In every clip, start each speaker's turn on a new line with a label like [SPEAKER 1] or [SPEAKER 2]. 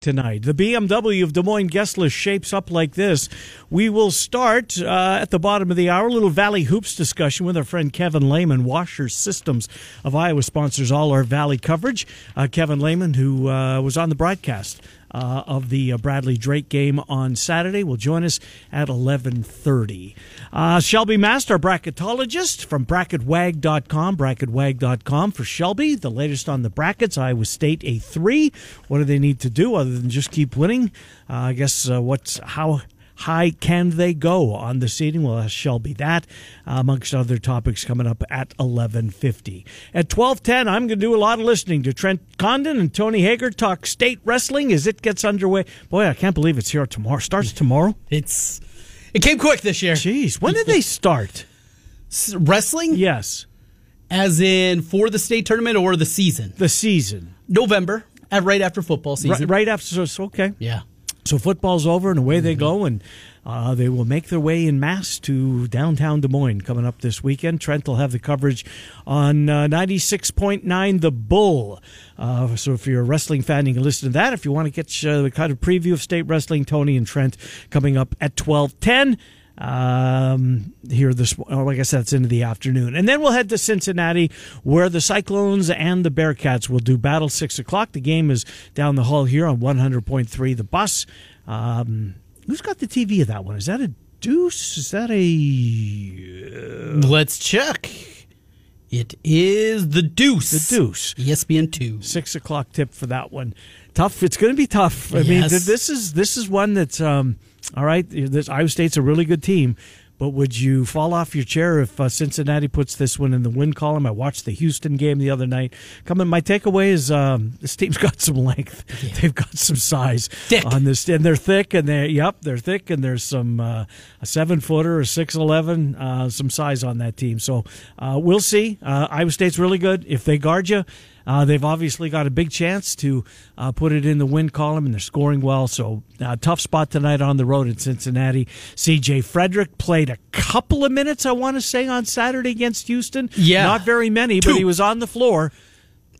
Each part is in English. [SPEAKER 1] tonight. The BMW of Des Moines guest list shapes up like this. We will start uh, at the bottom of the hour, a little Valley Hoops discussion with our friend Kevin Lehman. Washer Systems of Iowa sponsors all our Valley coverage. Uh, Kevin Lehman, who uh, was on the broadcast uh, of the uh, Bradley Drake game on Saturday will join us at 11:30. Uh, Shelby Master, bracketologist from bracketwag.com, bracketwag.com for Shelby, the latest on the brackets, Iowa State A3. What do they need to do other than just keep winning? Uh, I guess uh, what's how high can they go on the seating? We'll ask Shelby that, uh, amongst other topics coming up at 11.50. At 12.10, I'm going to do a lot of listening to Trent Condon and Tony Hager talk state wrestling as it gets underway. Boy, I can't believe it's here tomorrow. Starts tomorrow?
[SPEAKER 2] It's it came quick this year.
[SPEAKER 1] Jeez, when did they start?
[SPEAKER 2] S- Wrestling,
[SPEAKER 1] Yes,
[SPEAKER 2] as in for the state tournament or the season,
[SPEAKER 1] the season.
[SPEAKER 2] November, uh, right after football
[SPEAKER 1] Right,
[SPEAKER 2] season.
[SPEAKER 1] right after, so, okay.
[SPEAKER 2] Yeah.
[SPEAKER 1] So football's over and away they go, and uh, they will make their way in mass to downtown Des Moines coming up this weekend. Trent will have the coverage on uh, 96.9 The Bull. Uh, so if you're a wrestling fan, you can listen to that. If you want to get uh, the kind of preview of state wrestling, Tony and Trent coming up at 1210 um, here this oh, I guess that's into the afternoon, and then we'll head to Cincinnati, where the Cyclones and the Bearcats will do battle six o'clock. The game is down the hall here on one hundred point three. The bus. Um, who's got the TV of that one? Is that a Deuce? Is that a
[SPEAKER 2] Let's check. It is the Deuce. E
[SPEAKER 1] The Deuce.
[SPEAKER 2] ESPN two.
[SPEAKER 1] six o'clock tip for that one? Tough. It's going to be tough. I mean,
[SPEAKER 2] Yes.
[SPEAKER 1] th- this is this is one that's um, all right. This Iowa State's a really good team, but would you fall off your chair if uh, Cincinnati puts this one in the win column? I watched the Houston game the other night. Coming, my takeaway is um, this team's got some length. They've got some size Uh,
[SPEAKER 2] Thick.
[SPEAKER 1] on this, and they're thick, and they yep, they're thick, and there's some uh, a seven footer, a six eleven, uh, some size on that team. So uh, we'll see. Uh, Iowa State's really good. If they guard you, uh, they've obviously got a big chance to uh, put it in the win column, and they're scoring well. So uh, tough spot tonight on the road in Cincinnati. C.J. Frederick played a couple of minutes, I want to say, on Saturday against Houston.
[SPEAKER 2] Yeah.
[SPEAKER 1] not very many, but
[SPEAKER 2] Two.
[SPEAKER 1] he was on the floor.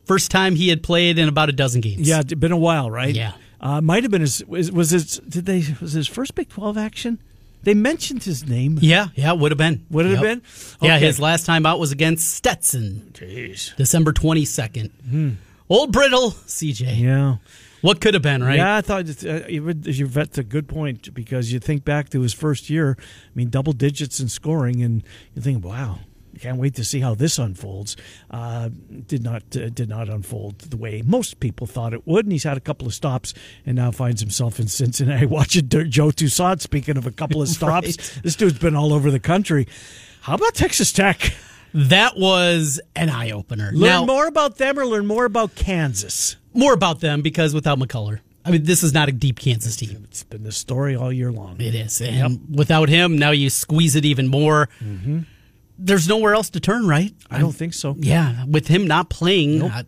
[SPEAKER 2] First time he had played in about a dozen games.
[SPEAKER 1] Yeah, it's been a while, right?
[SPEAKER 2] Yeah.
[SPEAKER 1] uh, might have been his. Was, was his? Did they? Was his first Big Twelve action? They mentioned his name.
[SPEAKER 2] Yeah, yeah, would have been.
[SPEAKER 1] Would it have been?
[SPEAKER 2] Yep. Yeah,
[SPEAKER 1] Okay.
[SPEAKER 2] his last time out was against Stetson. Jeez. December 22nd. Old Brittle, CJ.
[SPEAKER 1] Hmm. Yeah,
[SPEAKER 2] What could have been, right?
[SPEAKER 1] yeah. I thought it's, uh, you would- you- that's a good point because you think back to his first year. I mean, double digits in scoring, and you think, wow, I can't wait to see how this unfolds. Uh, did not uh, did not unfold the way most people thought it would, and he's had a couple of stops, and now finds himself in Cincinnati watching Dir- Joe Toussaint. Speaking of a couple of stops,
[SPEAKER 2] Right.
[SPEAKER 1] this dude's been all over the country. How about Texas Tech?
[SPEAKER 2] That was an eye opener.
[SPEAKER 1] Learn
[SPEAKER 2] Now,
[SPEAKER 1] more about them or learn more about Kansas.
[SPEAKER 2] more about them because without McCullough, I mean, this is not a deep Kansas team.
[SPEAKER 1] It's been this story all year long.
[SPEAKER 2] It is. And without him, now you squeeze it even more.
[SPEAKER 1] Mm-hmm.
[SPEAKER 2] There's nowhere else to turn, right?
[SPEAKER 1] I don't think so.
[SPEAKER 2] Yeah, with him not playing, uh,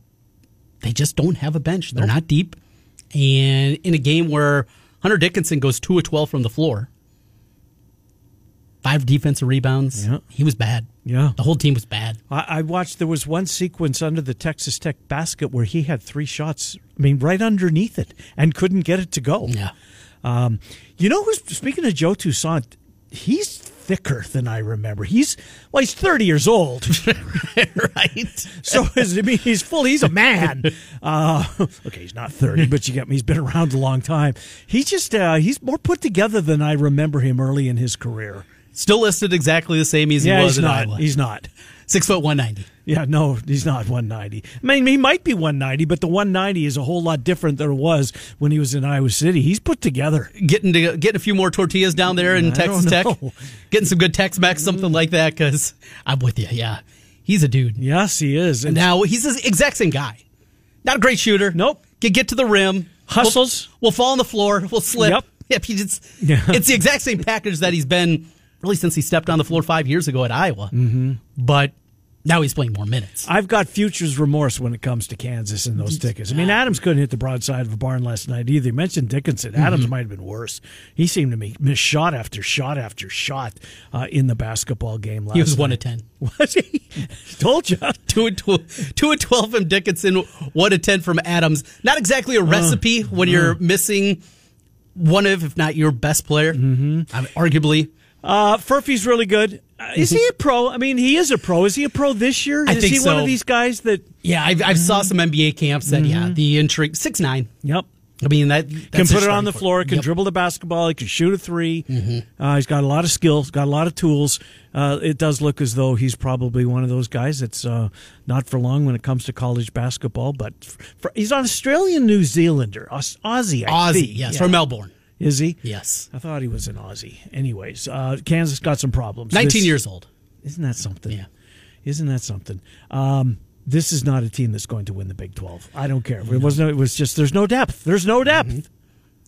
[SPEAKER 2] they just don't have a bench. They're not deep. And in a game where Hunter Dickinson goes 2 of 12 from the floor, five defensive rebounds,
[SPEAKER 1] Yeah.
[SPEAKER 2] he was bad.
[SPEAKER 1] Yeah.
[SPEAKER 2] The whole team was bad.
[SPEAKER 1] I, I watched, there was one sequence under the Texas Tech basket where he had three shots, I mean, right underneath it and couldn't get it to go.
[SPEAKER 2] Yeah.
[SPEAKER 1] Um, you know who's, speaking of Joe Toussaint, he's thicker than I remember. He's, well, he's 30 years old.
[SPEAKER 2] right?
[SPEAKER 1] So is, I mean, he's full. He's a man. Uh, okay, he's not thirty, but you get me. He's been around a long time. He's just uh, he's more put together than I remember him early in his career.
[SPEAKER 2] Still listed exactly the same as he
[SPEAKER 1] Yeah,
[SPEAKER 2] was
[SPEAKER 1] he's
[SPEAKER 2] in
[SPEAKER 1] not.
[SPEAKER 2] Iowa.
[SPEAKER 1] He's not.
[SPEAKER 2] Six foot one ninety.
[SPEAKER 1] Yeah, no, he's not 190. I mean, he might be 190, but the 190 is a whole lot different than it was when he was in Iowa City. He's put together.
[SPEAKER 2] Getting to getting a few more tortillas down there in
[SPEAKER 1] don't
[SPEAKER 2] Texas Tech.
[SPEAKER 1] know.
[SPEAKER 2] Getting some good Tex Mex, something like that. Because I'm with you. Yeah, he's a dude.
[SPEAKER 1] Yes, he is. And
[SPEAKER 2] Now he's the exact same guy. Not a great shooter.
[SPEAKER 1] Nope.
[SPEAKER 2] Can get to the rim.
[SPEAKER 1] Hustles.
[SPEAKER 2] We'll, we'll fall on the floor. We'll slip.
[SPEAKER 1] Yep.
[SPEAKER 2] Yep. He just.
[SPEAKER 1] Yeah.
[SPEAKER 2] It's the exact same package that he's been really since he stepped on the floor five years ago at Iowa. Mm-hmm. But Now he's playing more minutes.
[SPEAKER 1] I've got futures remorse when it comes to Kansas and those tickets. I mean, Adams couldn't hit the broadside of a barn last night either. You mentioned Dickinson.
[SPEAKER 2] Mm-hmm.
[SPEAKER 1] Adams might have been worse. He seemed to me miss shot after shot after shot uh, in the basketball game last
[SPEAKER 2] He was
[SPEAKER 1] night.
[SPEAKER 2] one of ten.
[SPEAKER 1] Was he? Told you.
[SPEAKER 2] Two and twelve, two and twelve from Dickinson, one to ten from Adams. Not exactly
[SPEAKER 1] Uh,
[SPEAKER 2] a recipe when you're missing one of, if not your best player, mm-hmm. I mean, arguably.
[SPEAKER 1] Uh, Furphy's really good. Uh, is he a pro? I mean, he is a pro. Is he a pro this year?
[SPEAKER 2] Mm-hmm. I
[SPEAKER 1] is
[SPEAKER 2] think
[SPEAKER 1] he one
[SPEAKER 2] so.
[SPEAKER 1] of these guys that.
[SPEAKER 2] Yeah, I've, I've saw some NBA camps that yeah, the intrigue six nine.
[SPEAKER 1] Yep.
[SPEAKER 2] I mean that
[SPEAKER 1] Mm-hmm. Can
[SPEAKER 2] that's
[SPEAKER 1] put
[SPEAKER 2] a
[SPEAKER 1] it on
[SPEAKER 2] starting
[SPEAKER 1] the
[SPEAKER 2] point.
[SPEAKER 1] floor, can
[SPEAKER 2] Yep. Mm-hmm.
[SPEAKER 1] dribble the basketball, he can shoot a 3 Uh, he's got a lot of skills, got a lot of tools. Uh, it does look as though he's probably one of those guys that's uh, not for long when it comes to college basketball, but for, he's an Australian New Zealander, Aus- Aussie, I
[SPEAKER 2] Aussie,
[SPEAKER 1] think.
[SPEAKER 2] yes,
[SPEAKER 1] Yeah.
[SPEAKER 2] from Melbourne.
[SPEAKER 1] Is he?
[SPEAKER 2] Yes,
[SPEAKER 1] I thought he was an Aussie. Anyways, uh, Kansas got some problems.
[SPEAKER 2] nineteen
[SPEAKER 1] This-
[SPEAKER 2] years old.
[SPEAKER 1] Isn't that something?
[SPEAKER 2] Yeah.
[SPEAKER 1] Isn't that something? Um, this is not a team that's going to win the Big Twelve. I don't care. It wasn't. It was just there's no depth. There's no depth.
[SPEAKER 2] Mm-hmm.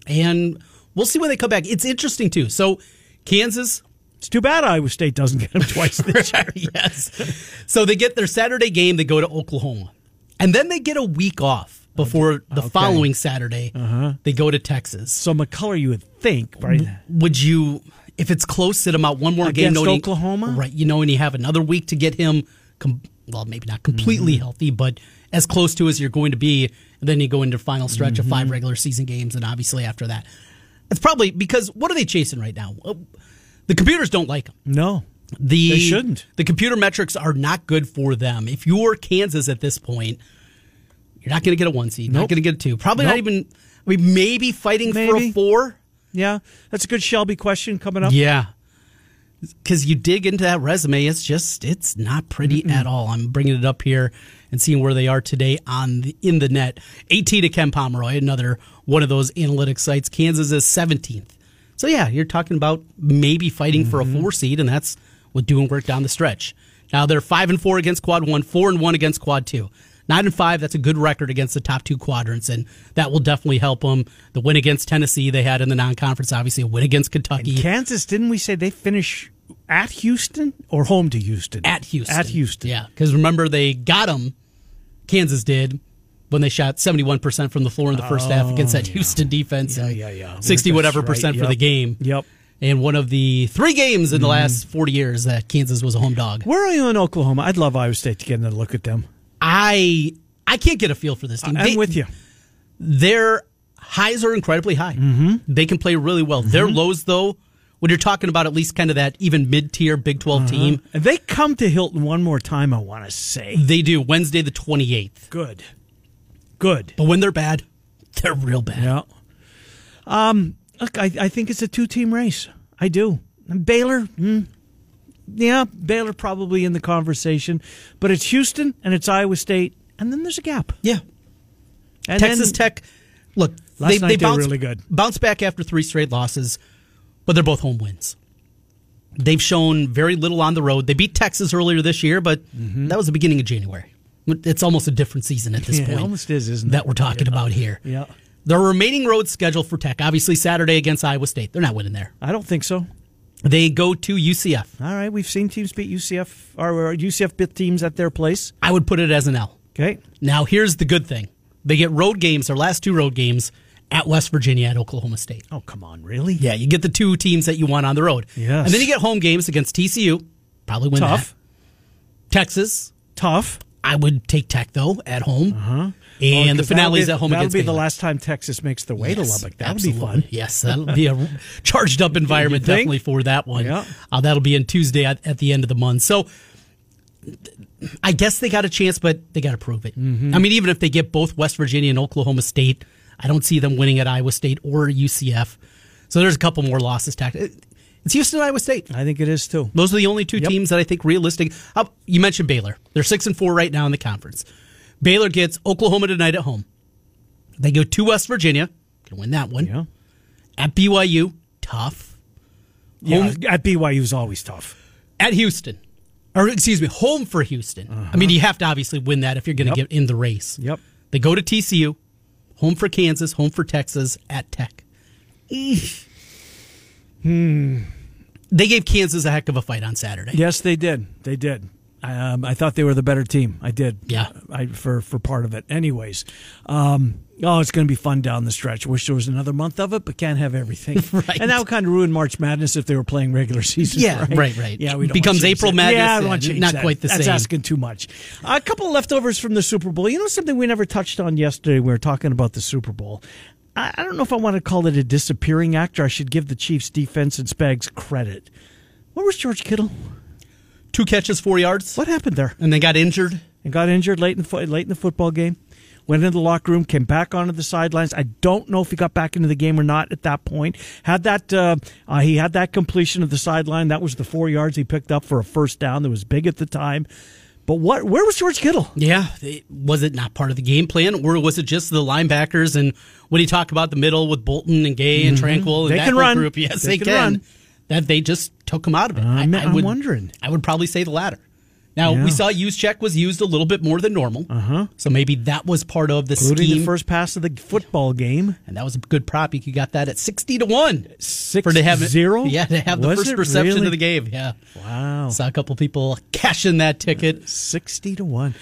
[SPEAKER 2] and we'll see when they come back. It's interesting too. So Kansas,
[SPEAKER 1] It's too bad Iowa State doesn't get them twice this year.
[SPEAKER 2] yes. So they get their Saturday game. They go to Oklahoma, and then they get a week off before the following Saturday.
[SPEAKER 1] Uh-huh.
[SPEAKER 2] They go to Texas.
[SPEAKER 1] So McCullough, you would think, right?
[SPEAKER 2] Would you, if it's close, sit him out one more game?
[SPEAKER 1] Against
[SPEAKER 2] knowing-
[SPEAKER 1] Oklahoma?
[SPEAKER 2] right? You know, and you have another week to get him. Com- well, maybe not completely
[SPEAKER 1] Mm-hmm.
[SPEAKER 2] healthy, but as close to as you're going to be. And then you go into final stretch of
[SPEAKER 1] Mm-hmm.
[SPEAKER 2] five regular season games, and obviously after that, it's probably because what are they chasing right now? Uh, The computers don't like him.
[SPEAKER 1] No.
[SPEAKER 2] The
[SPEAKER 1] They shouldn't.
[SPEAKER 2] The computer metrics are not good for them. If you're Kansas at this point, you're not going to get a one seed. Not
[SPEAKER 1] Nope.
[SPEAKER 2] going to get a two. Probably not
[SPEAKER 1] Nope.
[SPEAKER 2] even. I mean, maybe fighting for a
[SPEAKER 1] Maybe.
[SPEAKER 2] four.
[SPEAKER 1] Yeah, that's a good Shelby question coming up.
[SPEAKER 2] Yeah, because you dig into that resume, it's just it's not pretty at all. I'm bringing it up here and seeing where they are today on the, in the net. 18 to Ken Pomeroy, another one of those analytic sites. Kansas is 17th. So yeah, you're talking about maybe fighting for a
[SPEAKER 1] Mm-hmm.
[SPEAKER 2] four seed, and that's with doing work down the stretch. Now they're five and four against quad one, four and one against quad two. Nine and five, that's a good record against the top two quadrants, and that will definitely help them. The win against Tennessee they had in the non conference, obviously, a win against Kentucky.
[SPEAKER 1] Kansas, didn't we say they finish at Houston or home to Houston?
[SPEAKER 2] at Houston.
[SPEAKER 1] At Houston.
[SPEAKER 2] Yeah, because remember they got them. Kansas did when they shot seventy one percent from the floor in the first half against that Houston defense. and
[SPEAKER 1] Oh. yeah, yeah.
[SPEAKER 2] Sixty
[SPEAKER 1] That's
[SPEAKER 2] whatever
[SPEAKER 1] right,
[SPEAKER 2] percent for
[SPEAKER 1] yep.
[SPEAKER 2] the game.
[SPEAKER 1] Yep. Mm-hmm.
[SPEAKER 2] And one of the three games in the last forty years that Kansas was a home dog.
[SPEAKER 1] Where are you in Oklahoma? I'd love Iowa State to get in and look at them.
[SPEAKER 2] I I can't get a feel for this team.
[SPEAKER 1] I'm
[SPEAKER 2] They-
[SPEAKER 1] Uh, with you.
[SPEAKER 2] Their highs are incredibly high.
[SPEAKER 1] Mm-hmm.
[SPEAKER 2] They can play really well. Their lows though. When you're talking about at least kind of that even mid-tier Big 12 team,
[SPEAKER 1] And they come to Hilton one more time, I want to say.
[SPEAKER 2] they do Wednesday the 28th.
[SPEAKER 1] Good. Good.
[SPEAKER 2] But when they're bad, they're real bad.
[SPEAKER 1] Yeah. Um, look, I, I think it's a two team race. I do. And Baylor, mm, yeah, Baylor probably in the conversation, but it's Houston and it's Iowa State, and then there's a gap.
[SPEAKER 2] Yeah.
[SPEAKER 1] And
[SPEAKER 2] Texas
[SPEAKER 1] then-
[SPEAKER 2] Tech, look,
[SPEAKER 1] Last
[SPEAKER 2] they,
[SPEAKER 1] night
[SPEAKER 2] they
[SPEAKER 1] they were
[SPEAKER 2] bounced,
[SPEAKER 1] really good.
[SPEAKER 2] bounced back after three straight losses, but they're both home wins. They've shown very little on the road. They beat Texas earlier this year, but that was the beginning of January. It's almost a different season at this
[SPEAKER 1] Mm-hmm. Yeah, it
[SPEAKER 2] point.
[SPEAKER 1] almost is, isn't
[SPEAKER 2] That
[SPEAKER 1] it?
[SPEAKER 2] we're talking about here.
[SPEAKER 1] Yeah.
[SPEAKER 2] The remaining road schedule for Tech, obviously Saturday against Iowa State. They're not winning there.
[SPEAKER 1] I don't think so.
[SPEAKER 2] They go to UCF.
[SPEAKER 1] All right, we've seen teams beat UCF or UCF bit teams at their place.
[SPEAKER 2] I would put it as an L.
[SPEAKER 1] Okay,
[SPEAKER 2] Now, here's the good thing they get road games, their last two road games, at West Virginia, at Oklahoma State.
[SPEAKER 1] Oh, come on, really?
[SPEAKER 2] Yeah, you get the two teams that you want on the road.
[SPEAKER 1] Yes.
[SPEAKER 2] And then you get home games against TCU. Probably win
[SPEAKER 1] Tough.
[SPEAKER 2] that. Texas.
[SPEAKER 1] Tough.
[SPEAKER 2] I would take Tech, though, at home. Uh-huh. And the
[SPEAKER 1] Because that'll
[SPEAKER 2] finale's
[SPEAKER 1] be-
[SPEAKER 2] at home
[SPEAKER 1] That'll
[SPEAKER 2] against
[SPEAKER 1] be the
[SPEAKER 2] Baylor.
[SPEAKER 1] last time Texas makes the way to
[SPEAKER 2] Yes,
[SPEAKER 1] Lubbock. That'll
[SPEAKER 2] absolutely.
[SPEAKER 1] be fun.
[SPEAKER 2] Yes, that'll be a charged up environment
[SPEAKER 1] think?
[SPEAKER 2] definitely for that one.
[SPEAKER 1] Yeah.
[SPEAKER 2] Uh, that'll be in Tuesday at, at the end of the month. So th- I guess they got a chance, but they got to prove it.
[SPEAKER 1] Mm-hmm.
[SPEAKER 2] I mean, even if they get both West Virginia and Oklahoma State, I don't see them winning at Iowa State or UCF. So there's a couple more losses tacked. It- It's Houston and Iowa State.
[SPEAKER 1] I think it is too.
[SPEAKER 2] Those are the only two teams that I think realistic. How, you mentioned Baylor. They're six and four right now in the conference. Baylor gets Oklahoma tonight at home. They go to West Virginia. Can win that one.
[SPEAKER 1] Yeah.
[SPEAKER 2] At BYU, tough.
[SPEAKER 1] yeah at BYU is always tough.
[SPEAKER 2] At Houston. Or excuse me, home for Houston. I mean, you have to obviously win that if you're going to get in the race.
[SPEAKER 1] Uh-huh. Yep.
[SPEAKER 2] They go to TCU, home for Kansas, home for Texas, at Tech. Eesh. They gave Kansas a heck of a fight on Saturday.
[SPEAKER 1] Yes, they did. They did. Um, I thought they were the better team. I did.
[SPEAKER 2] Yeah.
[SPEAKER 1] I for for part of it. Anyways, um, oh, it's going to be fun down the stretch. Wish there was another month of it, but can't have everything.
[SPEAKER 2] Right.
[SPEAKER 1] And that would kind of ruin March Madness if they were playing regular season.
[SPEAKER 2] Yeah,
[SPEAKER 1] right,
[SPEAKER 2] right, right.
[SPEAKER 1] Yeah, we don't
[SPEAKER 2] Becomes
[SPEAKER 1] wanna change
[SPEAKER 2] April
[SPEAKER 1] that.
[SPEAKER 2] Madness,
[SPEAKER 1] Yeah, I don't
[SPEAKER 2] yeah,
[SPEAKER 1] wanna change
[SPEAKER 2] not
[SPEAKER 1] that.
[SPEAKER 2] quite the
[SPEAKER 1] That's
[SPEAKER 2] same.
[SPEAKER 1] asking too much. A couple of leftovers from the Super Bowl. You know something we never touched on yesterday. We were talking about the Super Bowl. I, I don't know if I want to call it a disappearing actor. I should give the Chiefs defense and Spags credit. Where was George Kittle?
[SPEAKER 2] Two catches, four yards,
[SPEAKER 1] What happened there?
[SPEAKER 2] and then got injured.
[SPEAKER 1] and got injured late in the fo- late in the football game. Went into the locker room, came back onto the sidelines. I don't know if he got back into the game or not at that point. Had that uh, uh, he had that completion of the sideline. That was the four yards he picked up for a first down that was big at the time. But what? Where was George Kittle?
[SPEAKER 2] Yeah, it- was it not part of the game plan, or was it just the linebackers? And when you talk about the middle with Bolton and Gay and Tranquil,
[SPEAKER 1] Mm-hmm.
[SPEAKER 2] and
[SPEAKER 1] They
[SPEAKER 2] that
[SPEAKER 1] can
[SPEAKER 2] whole
[SPEAKER 1] run.
[SPEAKER 2] group, yes,
[SPEAKER 1] They
[SPEAKER 2] they,
[SPEAKER 1] can
[SPEAKER 2] can.
[SPEAKER 1] run.
[SPEAKER 2] That they just took him out of it.
[SPEAKER 1] I'm-
[SPEAKER 2] I
[SPEAKER 1] I'm
[SPEAKER 2] would,
[SPEAKER 1] wondering.
[SPEAKER 2] I would probably say the latter. Now
[SPEAKER 1] Yeah.
[SPEAKER 2] we saw use check was used a little bit more than normal, uh-huh. so maybe that was part of the
[SPEAKER 1] Including
[SPEAKER 2] scheme,
[SPEAKER 1] the first pass of the football game,
[SPEAKER 2] and that was a good prop. You got that at sixty to one
[SPEAKER 1] six
[SPEAKER 2] for to have it-
[SPEAKER 1] zero.
[SPEAKER 2] Yeah, to have the
[SPEAKER 1] Was
[SPEAKER 2] first
[SPEAKER 1] it
[SPEAKER 2] reception
[SPEAKER 1] really?
[SPEAKER 2] of the game. Yeah,
[SPEAKER 1] Wow,
[SPEAKER 2] saw a couple people cashing that ticket.
[SPEAKER 1] sixty to one.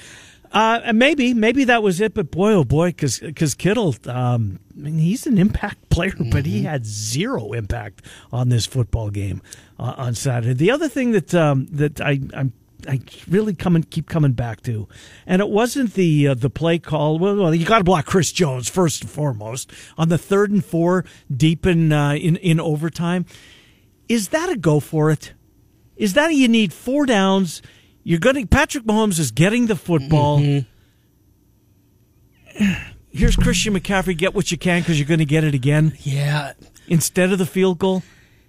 [SPEAKER 1] Uh, and maybe, maybe that was it. But boy, oh boy, because Kittle, um, I mean, he's an impact player, but he had zero impact on this football game uh, on Saturday. The other thing that um, that I, I'm. I really come and keep coming back to, and it wasn't the uh, the play call. Well, well you got to block Chris Jones first and foremost on the third and four deep in uh, in in overtime. Is that a go for it? Is that a, you need four downs? You're going to Patrick Mahomes is getting the football
[SPEAKER 2] Mm-hmm.
[SPEAKER 1] here's Christian McCaffrey. Get what you can because you're going to get it again
[SPEAKER 2] Yeah,
[SPEAKER 1] instead of the field goal.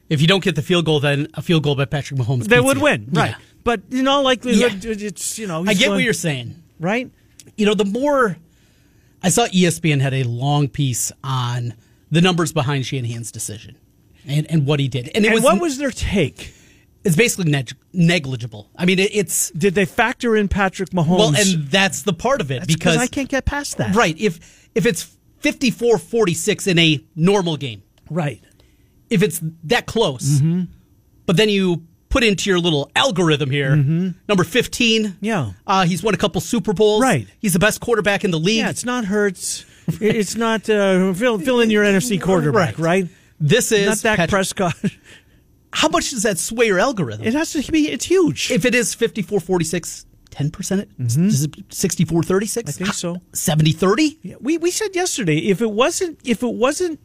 [SPEAKER 2] if you don't get the field goal, then a field goal by Patrick Mahomes.
[SPEAKER 1] They
[SPEAKER 2] beats
[SPEAKER 1] would
[SPEAKER 2] you.
[SPEAKER 1] win,
[SPEAKER 2] Yeah.
[SPEAKER 1] right? But in all likelihood, it's you know.
[SPEAKER 2] I
[SPEAKER 1] he's
[SPEAKER 2] get what
[SPEAKER 1] going-
[SPEAKER 2] you're saying.
[SPEAKER 1] right.
[SPEAKER 2] You know, the more I saw E ESPN had a long piece on the numbers behind Shanahan's decision and, and what he did. And it
[SPEAKER 1] And
[SPEAKER 2] was,
[SPEAKER 1] what was their take?
[SPEAKER 2] it's basically neg- negligible. I mean, it, it's
[SPEAKER 1] Did they factor in Patrick Mahomes?
[SPEAKER 2] well, and that's the part of it because
[SPEAKER 1] I can't get past that.
[SPEAKER 2] right, if if it's 54-46 in a normal game,
[SPEAKER 1] right.
[SPEAKER 2] if it's that close, but then you put into your little algorithm here, number 15.
[SPEAKER 1] Yeah.
[SPEAKER 2] Uh, he's won a couple Super Bowls.
[SPEAKER 1] Right.
[SPEAKER 2] He's the best quarterback in the league.
[SPEAKER 1] Yeah, it's not Hurts. It- it's not uh, fill, fill in your NFC quarterback, right?
[SPEAKER 2] This is
[SPEAKER 1] Not Dak
[SPEAKER 2] Patrick-
[SPEAKER 1] Prescott.
[SPEAKER 2] How much does that sway your algorithm?
[SPEAKER 1] It has to be. It's huge.
[SPEAKER 2] if it is 54 46, 10%, is it 64 36?
[SPEAKER 1] Mm-hmm. I think so.
[SPEAKER 2] 70 30?
[SPEAKER 1] Yeah, we we said yesterday if it wasn't if it wasn't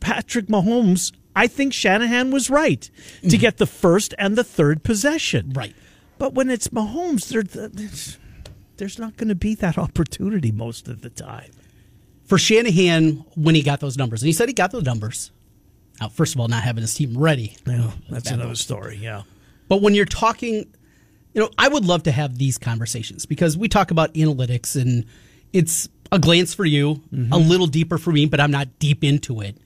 [SPEAKER 1] Patrick Mahomes, I think Shanahan was right to get the first and the third possession.
[SPEAKER 2] Right.
[SPEAKER 1] But when it's Mahomes, there there's, there's not going to be that opportunity most of the time.
[SPEAKER 2] For Shanahan, when he got those numbers, and he said he got those numbers. Now, first of all, not having his team ready.
[SPEAKER 1] Yeah, that's
[SPEAKER 2] Bad
[SPEAKER 1] another
[SPEAKER 2] luck.
[SPEAKER 1] story. Yeah.
[SPEAKER 2] But when you're talking, you know, I would love to have these conversations because we talk about analytics and it's a glance for you, a little deeper for me, but I'm not deep into it.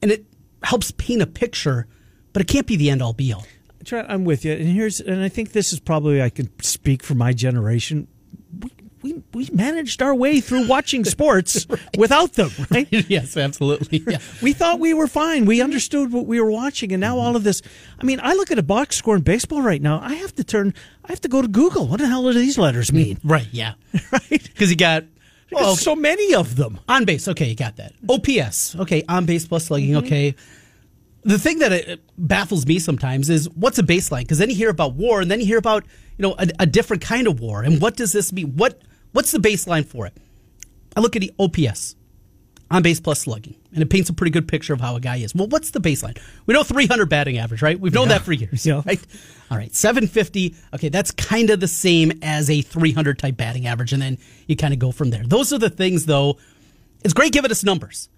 [SPEAKER 2] And it helps paint a picture, but it can't be the end all be all.
[SPEAKER 1] Trent, I'm with you. And here's, and I think this is probably I can speak for my generation. We we, we managed our way through watching sports without them, right?
[SPEAKER 2] yes, absolutely. Yeah.
[SPEAKER 1] We thought we were fine. We understood what we were watching, and now all of this. I mean, I look at a box score in baseball right now. I have to turn. I have to go to Google. What the hell do these letters mean?
[SPEAKER 2] Right, yeah.
[SPEAKER 1] Right?
[SPEAKER 2] Because you got
[SPEAKER 1] Well,
[SPEAKER 2] well,
[SPEAKER 1] so many of them.
[SPEAKER 2] on base. Okay, you got that. OPS. Okay, on base plus slugging. Okay. The thing that uh, baffles me sometimes is what's a baseline? Because then you hear about war, and then you hear about you know a, a different kind of war, and what does this mean? What what's the baseline for it? I look at the OPS, on base plus slugging, and it paints a pretty good picture of how a guy is. Well, what's the baseline? We know 300 batting average, right? We've known that for years.
[SPEAKER 1] Yeah.
[SPEAKER 2] Right? All right, 750. Okay, that's kind of the same as a 300 type batting average, and then you kind of go from there. Those are the things, though. It's great giving us numbers,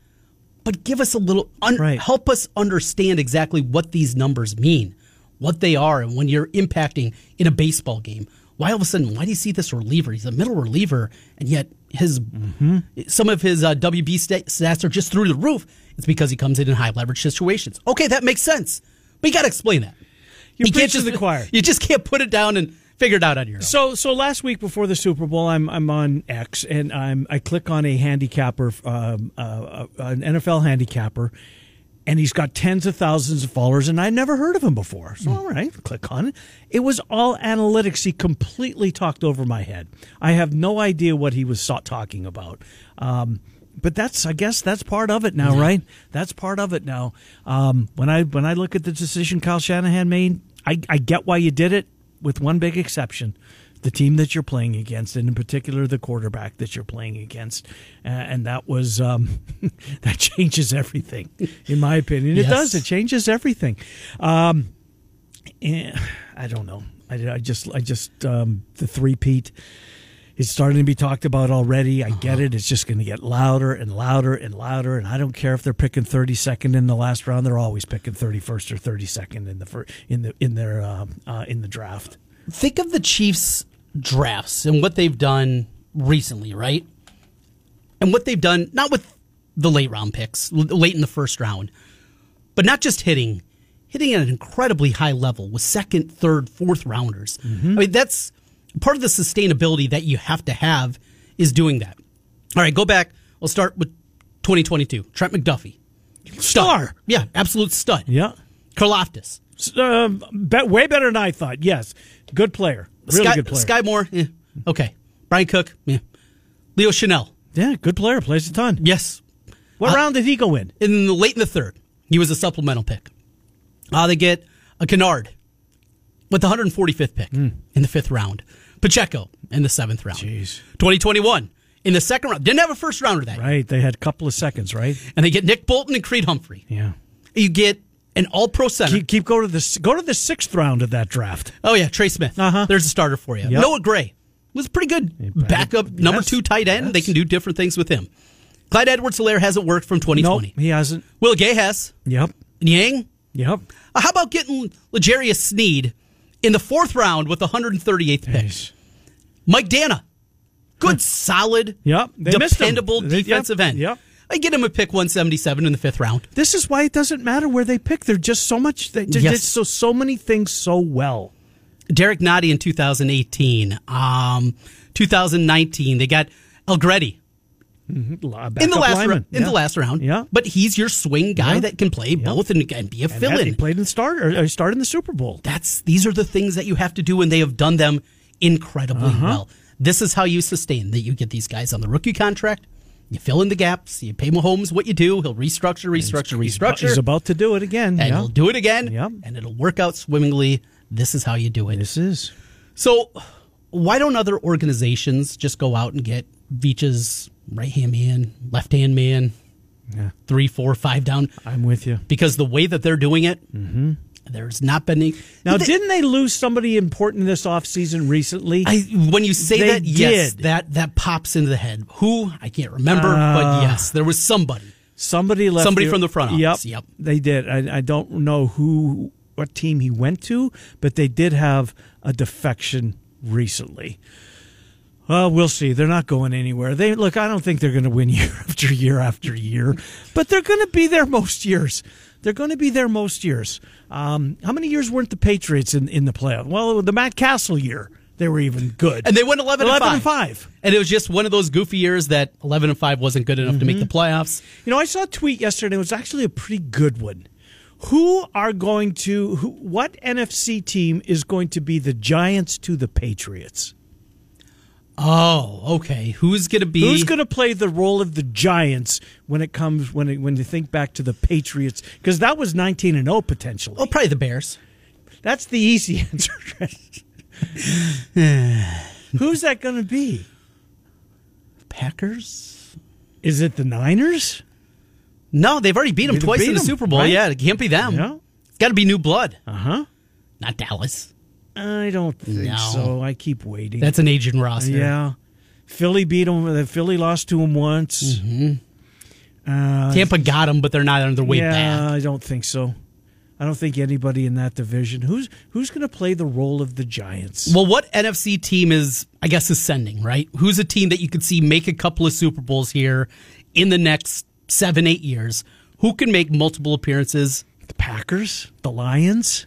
[SPEAKER 2] but give us a little un-
[SPEAKER 1] Right.
[SPEAKER 2] help us understand exactly what these numbers mean, what they are, and when you're impacting in a baseball game. Why all of a sudden? Why do you see this reliever? He's a middle reliever, and yet his
[SPEAKER 1] Mm-hmm.
[SPEAKER 2] some of his uh, WB stat- stats are just through the roof. It's because he comes in in high leverage situations. Okay, that makes sense, but you got to explain that.
[SPEAKER 1] You're
[SPEAKER 2] you can't
[SPEAKER 1] preaching
[SPEAKER 2] just
[SPEAKER 1] to the choir.
[SPEAKER 2] You just can't put it down and figure it out on your own.
[SPEAKER 1] So, so last week before the Super Bowl, I'm I'm on X and I'm I click on a handicapper, um, uh, uh, an NFL handicapper, and he's got tens of thousands of followers, and I never heard of him before. So, all right, click on it. It was all analytics. He completely talked over my head. I have no idea what he was so- talking about. Um, but that's, I guess, that's part of it now, right? That's part of it now. Um, when I when I look at the decision Kyle Shanahan made, I, I get why you did it, with one big exception the team that you're playing against, and in particular the quarterback that you're playing against, uh, and that was um, that changes everything, in my opinion. It
[SPEAKER 2] Yes.
[SPEAKER 1] does. It changes everything. Um, eh, I don't know. I, I just, I just um, the three Pete. It's starting to be talked about already. I get it. It's just going to get louder and louder and louder. And I don't care if they're picking 32nd in the last round. They're always picking 31st or 32nd in the fir- in the in their um uh, in the draft.
[SPEAKER 2] think of the Chiefs drafts and what they've done recently, right? And what they've done, not with the late round picks, l- late in the first round, but not just hitting, hitting at an incredibly high level with second, third, fourth rounders. I mean, that's part of the sustainability that you have to have is doing that. All right, go back. We'll start with 2022. Trent McDuffie. Stud.
[SPEAKER 1] Star.
[SPEAKER 2] Yeah, absolute stud.
[SPEAKER 1] Yeah.
[SPEAKER 2] Karloftis.
[SPEAKER 1] S- Um, bet way better than I thought. Yes, good player, really
[SPEAKER 2] Sky,
[SPEAKER 1] good player.
[SPEAKER 2] Sky Moore, eh. okay. Brian Cook, yeah. Leo Chanel,
[SPEAKER 1] yeah, good player. Plays a ton.
[SPEAKER 2] yes.
[SPEAKER 1] What round did he go in?
[SPEAKER 2] In the late in the third, he was a supplemental pick. Uh, they get a Kennard with the 145th pick
[SPEAKER 1] Hmm.
[SPEAKER 2] in the fifth round. Pacheco in the seventh round.
[SPEAKER 1] Jeez.
[SPEAKER 2] 2021 in the second round. Didn't have a first rounder that. year.
[SPEAKER 1] Right, they had a couple of seconds. Right.
[SPEAKER 2] And they get Nick Bolton and Creed Humphrey.
[SPEAKER 1] Yeah.
[SPEAKER 2] You get an all pro center.
[SPEAKER 1] Keep, keep go to the s- go to the sixth round of that draft.
[SPEAKER 2] Oh yeah, Trey Smith.
[SPEAKER 1] Uh-huh.
[SPEAKER 2] There's a starter for you.
[SPEAKER 1] Yep.
[SPEAKER 2] Noah Gray was pretty good backup number
[SPEAKER 1] yes,
[SPEAKER 2] two tight end. They
[SPEAKER 1] yes.
[SPEAKER 2] can do different things with him. Clyde Edwards Hilaire hasn't worked from
[SPEAKER 1] Nope,
[SPEAKER 2] 2020.
[SPEAKER 1] he hasn't.
[SPEAKER 2] Will Gay has.
[SPEAKER 1] Yep.
[SPEAKER 2] Yang.
[SPEAKER 1] Yep.
[SPEAKER 2] Uh, How about getting Legarius Sneed in the fourth round with the 138th pick?
[SPEAKER 1] Jeez.
[SPEAKER 2] Mike Dana. Good, solid,
[SPEAKER 1] Yep, they missed him.
[SPEAKER 2] dependable
[SPEAKER 1] They- yep,
[SPEAKER 2] defensive end.
[SPEAKER 1] yep.
[SPEAKER 2] I get him a pick 177 in the fifth round.
[SPEAKER 1] This is why it doesn't matter where they pick. They're just so much. They did
[SPEAKER 2] Yes.
[SPEAKER 1] so so many things so well.
[SPEAKER 2] Derek Noddy in 2018. Um, 2019, they got El Gretti
[SPEAKER 1] In the
[SPEAKER 2] in the last round, in the last round.
[SPEAKER 1] Yeah.
[SPEAKER 2] but he's your swing guy
[SPEAKER 1] Yeah.
[SPEAKER 2] that can play both and, and be a
[SPEAKER 1] and
[SPEAKER 2] fill
[SPEAKER 1] that- he
[SPEAKER 2] in.
[SPEAKER 1] played in start or, or started in the Super Bowl.
[SPEAKER 2] That's these are the things that you have to do, and they have done them incredibly
[SPEAKER 1] Uh-huh.
[SPEAKER 2] well. This is how you sustain that. You get these guys on the rookie contract. You fill in the gaps. You pay Mahomes what you do. He'll restructure, restructure,
[SPEAKER 1] He's about-
[SPEAKER 2] restructure,
[SPEAKER 1] He's about to do it again.
[SPEAKER 2] and
[SPEAKER 1] yeah.
[SPEAKER 2] he'll do it again.
[SPEAKER 1] Yeah.
[SPEAKER 2] and it'll work out swimmingly. This is how you do it.
[SPEAKER 1] This is
[SPEAKER 2] So, why don't other organizations just go out and get Veach's right hand man, left hand man,
[SPEAKER 1] Yeah.
[SPEAKER 2] three, four, five down?
[SPEAKER 1] I'm with you.
[SPEAKER 2] Because the way that they're doing it, there's not been any.
[SPEAKER 1] Mm-hmm. Now,
[SPEAKER 2] They-
[SPEAKER 1] didn't they lose somebody important this offseason recently?
[SPEAKER 2] I, when you say
[SPEAKER 1] They
[SPEAKER 2] that, yes,
[SPEAKER 1] did.
[SPEAKER 2] that that pops into the head. Who I can't remember,
[SPEAKER 1] Uh.
[SPEAKER 2] but yes, there was somebody.
[SPEAKER 1] somebody left.
[SPEAKER 2] Somebody from the front
[SPEAKER 1] Yep.
[SPEAKER 2] office, yep.
[SPEAKER 1] They did. I, I don't know who, what team he went to, but they did have a defection recently. Well, we'll see. They're not going anywhere. They look. I don't think they're going to win year after year after year, but they're going to be there most years. They're going to be there most years. Um, how many years weren't the Patriots in, in the playoff? Well, the Matt Castle year, they were even good,
[SPEAKER 2] And they went 11,
[SPEAKER 1] eleven
[SPEAKER 2] and 5.
[SPEAKER 1] and five.
[SPEAKER 2] And it was just one of those goofy years that 11 and 5 wasn't good enough to make the
[SPEAKER 1] Mm-hmm.
[SPEAKER 2] playoffs.
[SPEAKER 1] You know, I saw a tweet yesterday. It was actually a pretty good one. Who are going to who, what NFC team is going to be the Giants to the Patriots?
[SPEAKER 2] Oh, okay. Who's going to be
[SPEAKER 1] Who's going to play the role of the Giants when it comes when it, when you think back to the Patriots? Because that was nineteen and zero potentially.
[SPEAKER 2] Oh, probably the Bears.
[SPEAKER 1] That's the easy answer. Who's that going to be?
[SPEAKER 2] Packers?
[SPEAKER 1] Is it the Niners?
[SPEAKER 2] No, they've already beat them
[SPEAKER 1] They've
[SPEAKER 2] twice
[SPEAKER 1] beat
[SPEAKER 2] in the
[SPEAKER 1] 'em,
[SPEAKER 2] Super Bowl.
[SPEAKER 1] right?
[SPEAKER 2] Yeah, it can't be them.
[SPEAKER 1] Yeah.
[SPEAKER 2] It's got to be new blood,
[SPEAKER 1] Uh huh.
[SPEAKER 2] not Dallas.
[SPEAKER 1] I don't think
[SPEAKER 2] No.
[SPEAKER 1] so. I keep waiting.
[SPEAKER 2] That's an aging roster.
[SPEAKER 1] Yeah. Philly beat them. Philly lost to them once.
[SPEAKER 2] Tampa got them, but they're not on their way
[SPEAKER 1] yeah,
[SPEAKER 2] back.
[SPEAKER 1] I don't think so. I don't think anybody in that division. Who's who's going to play the role of the Giants?
[SPEAKER 2] Well, what NFC team is, I guess, ascending, right? Who's a team that you could see make a couple of Super Bowls here in the next seven, eight years? Who can make multiple appearances?
[SPEAKER 1] the Packers, the Lions.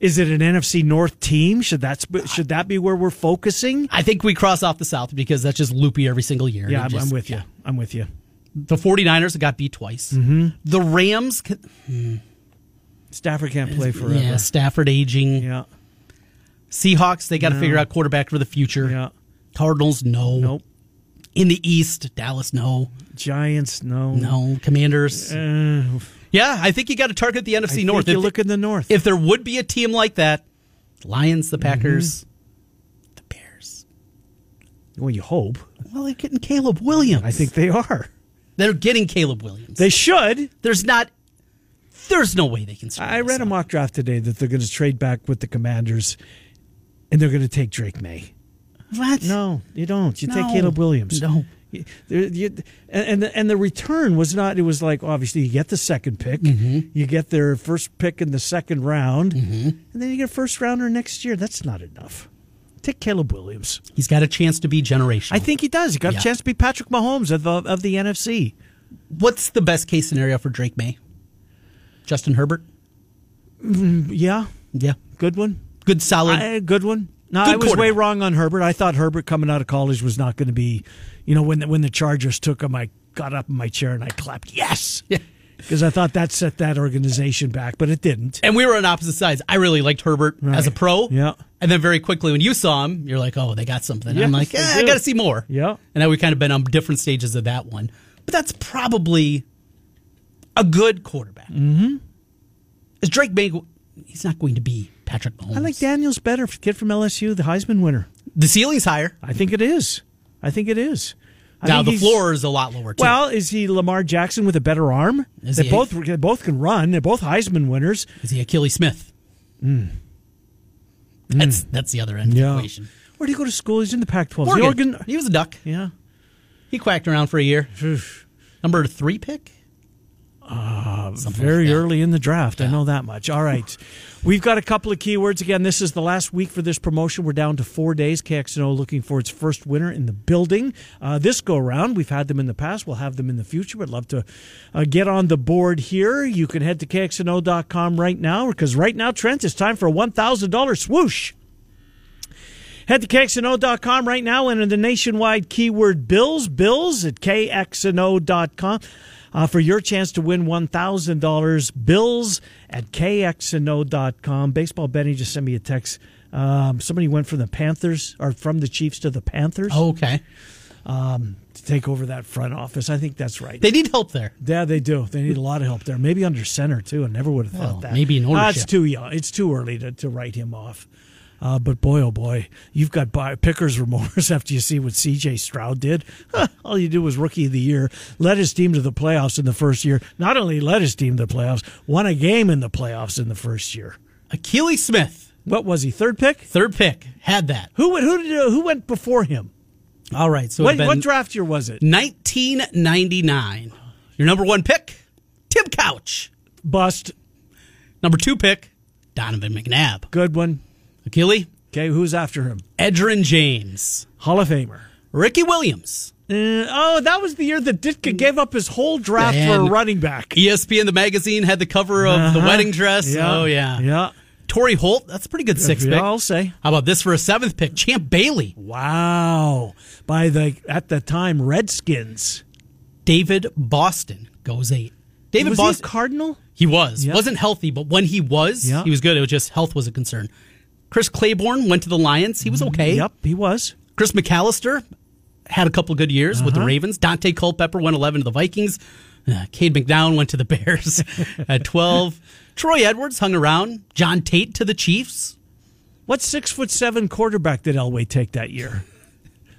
[SPEAKER 1] Is it an NFC North team? Should that should that be where we're focusing?
[SPEAKER 2] I think we cross off the South because that's just loopy every single year.
[SPEAKER 1] Yeah,
[SPEAKER 2] It
[SPEAKER 1] I'm,
[SPEAKER 2] just-
[SPEAKER 1] I'm with you. I'm with you.
[SPEAKER 2] The 49ers got beat twice.
[SPEAKER 1] Mm-hmm.
[SPEAKER 2] The Rams, c-
[SPEAKER 1] Stafford can't play forever.
[SPEAKER 2] yeah, Stafford aging.
[SPEAKER 1] Yeah.
[SPEAKER 2] Seahawks, they got to figure out quarterback for the future.
[SPEAKER 1] Yeah.
[SPEAKER 2] Cardinals, no.
[SPEAKER 1] Nope.
[SPEAKER 2] In the East, Dallas, no.
[SPEAKER 1] Giants, no.
[SPEAKER 2] No. Commanders.
[SPEAKER 1] Uh,
[SPEAKER 2] yeah, I think you got to target the NFC
[SPEAKER 1] I
[SPEAKER 2] North.
[SPEAKER 1] think you
[SPEAKER 2] If-
[SPEAKER 1] look in the North.
[SPEAKER 2] if there would be a team like that, Lions,
[SPEAKER 1] Mm-hmm.
[SPEAKER 2] the Packers, the Bears.
[SPEAKER 1] well, you hope.
[SPEAKER 2] Well, they're getting Caleb Williams.
[SPEAKER 1] I think they are.
[SPEAKER 2] they're getting Caleb Williams.
[SPEAKER 1] They should.
[SPEAKER 2] There's not. There's no way they can. screw
[SPEAKER 1] I
[SPEAKER 2] this
[SPEAKER 1] read a
[SPEAKER 2] up.
[SPEAKER 1] mock draft today that they're going to trade back with the Commanders, and they're going to take Drake May.
[SPEAKER 2] What?
[SPEAKER 1] No, you don't. You take
[SPEAKER 2] No.
[SPEAKER 1] Caleb Williams.
[SPEAKER 2] No.
[SPEAKER 1] You- there- you- and and the, and the return was not. It was like obviously you get the second pick, you get their first pick in the second round, and then you get a first rounder next year. That's not enough. Take Caleb Williams.
[SPEAKER 2] He's got a chance to be generational.
[SPEAKER 1] I think he does. He got
[SPEAKER 2] Yeah.
[SPEAKER 1] a chance to be Patrick Mahomes of the, of the NFC.
[SPEAKER 2] What's the best case scenario for Drake May? Justin Herbert.
[SPEAKER 1] Yeah,
[SPEAKER 2] Yeah.
[SPEAKER 1] good one.
[SPEAKER 2] Good solid.
[SPEAKER 1] I, good one. No,
[SPEAKER 2] Good
[SPEAKER 1] I was way
[SPEAKER 2] quarterback.
[SPEAKER 1] wrong on Herbert. I thought Herbert coming out of college was not going to be, you know, when the, when the Chargers took him, I got up in my chair and I clapped yes
[SPEAKER 2] Yeah.
[SPEAKER 1] because I thought that set that organization back, but it didn't.
[SPEAKER 2] and we were on opposite sides. I really liked Herbert as a pro.
[SPEAKER 1] Yeah.
[SPEAKER 2] And then very quickly when you saw him, you're like, oh, they got something. I'm
[SPEAKER 1] Yes,
[SPEAKER 2] like,
[SPEAKER 1] they
[SPEAKER 2] eh, I
[SPEAKER 1] do.
[SPEAKER 2] got to see more.
[SPEAKER 1] Yeah.
[SPEAKER 2] And now we've kind of been on different stages of that one. But that's probably a good quarterback. Mm-hmm. Is Drake May, he's not going to be Patrick Mahomes.
[SPEAKER 1] I like Daniels better, kid from LSU, the Heisman winner.
[SPEAKER 2] The ceiling's higher.
[SPEAKER 1] I think it is. I think it is. I
[SPEAKER 2] now
[SPEAKER 1] think
[SPEAKER 2] the
[SPEAKER 1] he's-
[SPEAKER 2] floor is a lot lower too.
[SPEAKER 1] Well, is he Lamar Jackson with a better arm?
[SPEAKER 2] Is
[SPEAKER 1] they
[SPEAKER 2] he?
[SPEAKER 1] both they both can run. They're both Heisman winners.
[SPEAKER 2] is he Achilles Smith?
[SPEAKER 1] Mm.
[SPEAKER 2] That's that's the other end of the equation.
[SPEAKER 1] Where do you go to school? He's in the Pac-12. The
[SPEAKER 2] Morgan,
[SPEAKER 1] Oregon.
[SPEAKER 2] he was a duck.
[SPEAKER 1] Yeah.
[SPEAKER 2] He quacked around for a year. Number three pick.
[SPEAKER 1] Uh, very early in the draft. I know that much. All right. We've got a couple of keywords. Again, this is the last week for this promotion. We're down to four days. KXNO looking for its first winner in the building. Uh, this go around, we've had them in the past. We'll have them in the future. We'd love to uh, get on the board here. You can head to KXNO.com right now because right now, Trent, it's time for a $1,000 swoosh. Head to KXNO.com right now and in the nationwide keyword bills, bills at KXNO.com uh, for your chance to win $1,000. Bills at KXNO.com. Baseball Benny just sent me a text. Um, somebody went from the Panthers or from the Chiefs to the Panthers
[SPEAKER 2] Oh, okay.
[SPEAKER 1] to take over that front office. I think that's right.
[SPEAKER 2] They need help there.
[SPEAKER 1] yeah, they do. They need a lot of help there. Maybe under center too. I never would have thought
[SPEAKER 2] Well,
[SPEAKER 1] that.
[SPEAKER 2] maybe in
[SPEAKER 1] Ah, it's
[SPEAKER 2] ownership.
[SPEAKER 1] too young. It's too early to, to write him off. Uh, but boy, oh boy, you've got buy- picker's remorse after you see what C.J. Stroud did. All you do was rookie of the year, led his team to the playoffs in the first year. Not only led his team to the playoffs, won a game in the playoffs in the first year.
[SPEAKER 2] Achilles Smith,
[SPEAKER 1] What was he? Third pick?
[SPEAKER 2] third pick, had that.
[SPEAKER 1] Who went- who did, who went before him?
[SPEAKER 2] All right. So
[SPEAKER 1] What,
[SPEAKER 2] it'd been
[SPEAKER 1] what draft year was it?
[SPEAKER 2] 1999. Your number one pick, Tim Couch.
[SPEAKER 1] Bust.
[SPEAKER 2] Number two pick, Donovan McNabb.
[SPEAKER 1] Good one.
[SPEAKER 2] Achilles,
[SPEAKER 1] Okay, who's after him?
[SPEAKER 2] Edrin James,
[SPEAKER 1] Hall of Famer.
[SPEAKER 2] Ricky Williams.
[SPEAKER 1] Uh, oh, that was the year that Ditka gave up his whole draft for a
[SPEAKER 2] And-
[SPEAKER 1] running back.
[SPEAKER 2] ESPN the magazine had the cover of the wedding dress. Oh yeah.
[SPEAKER 1] Uh-huh. Yeah.
[SPEAKER 2] Torrey Holt, that's a pretty good sixth
[SPEAKER 1] Yeah,
[SPEAKER 2] pick.
[SPEAKER 1] I'll say.
[SPEAKER 2] How about this for a seventh pick? Champ Bailey,
[SPEAKER 1] Wow. By the at the time Redskins.
[SPEAKER 2] David Boston goes eight. David
[SPEAKER 1] was he
[SPEAKER 2] Boston
[SPEAKER 1] a Cardinal?
[SPEAKER 2] He was. Wasn't healthy, but when he was,
[SPEAKER 1] Yeah.
[SPEAKER 2] he was good. It was just health was a concern. Chris Claiborne went to the Lions. He was okay.
[SPEAKER 1] Yep, he was.
[SPEAKER 2] Chris McAllister had a couple good years with the Ravens. Dante Culpepper went 11 to the Vikings. Uh, Cade McDown went to the Bears at 12. Troy Edwards hung around. John Tate to the Chiefs.
[SPEAKER 1] What six foot seven quarterback did Elway take that year?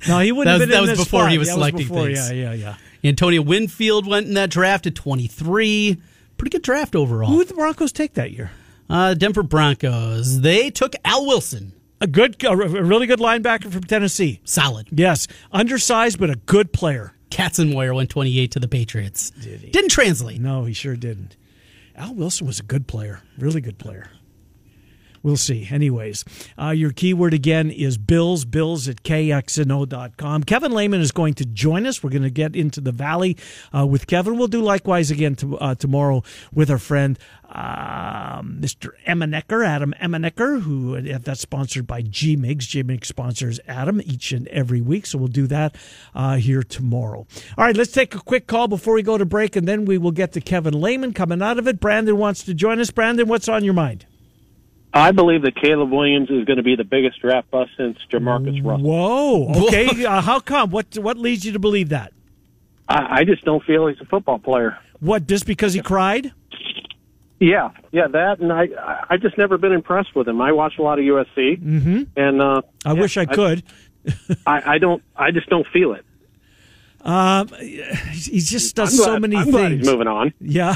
[SPEAKER 1] No, he wouldn't
[SPEAKER 2] That
[SPEAKER 1] have
[SPEAKER 2] was-
[SPEAKER 1] been
[SPEAKER 2] that
[SPEAKER 1] in
[SPEAKER 2] was
[SPEAKER 1] this
[SPEAKER 2] before
[SPEAKER 1] spot.
[SPEAKER 2] he was
[SPEAKER 1] Yeah,
[SPEAKER 2] selecting
[SPEAKER 1] before,
[SPEAKER 2] things.
[SPEAKER 1] Yeah, yeah, yeah.
[SPEAKER 2] Antonio Winfield went in that draft at 23. Pretty good draft overall.
[SPEAKER 1] Who did the Broncos take that year?
[SPEAKER 2] Uh, Denver Broncos. They took Al Wilson.
[SPEAKER 1] A good, a really good linebacker from Tennessee.
[SPEAKER 2] Solid.
[SPEAKER 1] Yes, undersized but a good player.
[SPEAKER 2] Katzenmoyer went 28 to the Patriots. Did he? Didn't translate.
[SPEAKER 1] No, he sure didn't. Al Wilson was a good player, really good player. We'll see. Anyways, uh, your keyword again is bills, bills at kxno.com. Kevin Lehman is going to join us. We're going to get into the valley uh, with Kevin. We'll do likewise again to, uh, tomorrow with our friend, um, Mr. Emenecker, Adam Emenecker, who uh, that's sponsored by G-Migs. G-Migs sponsors Adam each and every week. So we'll do that uh, here tomorrow. All right, let's take a quick call before we go to break, and then we will get to Kevin Lehman coming out of it. Brandon wants to join us. Brandon, what's on your mind?
[SPEAKER 3] I believe that Caleb Williams is going to be the biggest draft bust since Jamarcus Russell.
[SPEAKER 1] Whoa. Okay. uh, how come? What what leads you to believe that?
[SPEAKER 3] I, I just don't feel he's a football player.
[SPEAKER 1] What? Just because he cried?
[SPEAKER 3] Yeah, yeah, that, and I, I- I've just never been impressed with him. I watch a lot of USC, mm-hmm. and uh,
[SPEAKER 1] I wish I could.
[SPEAKER 3] I, I don't, I just don't feel it.
[SPEAKER 1] he just does
[SPEAKER 3] I'm
[SPEAKER 1] so
[SPEAKER 3] glad-
[SPEAKER 1] many
[SPEAKER 3] I'm
[SPEAKER 1] things.
[SPEAKER 3] glad he's moving on.
[SPEAKER 1] Yeah.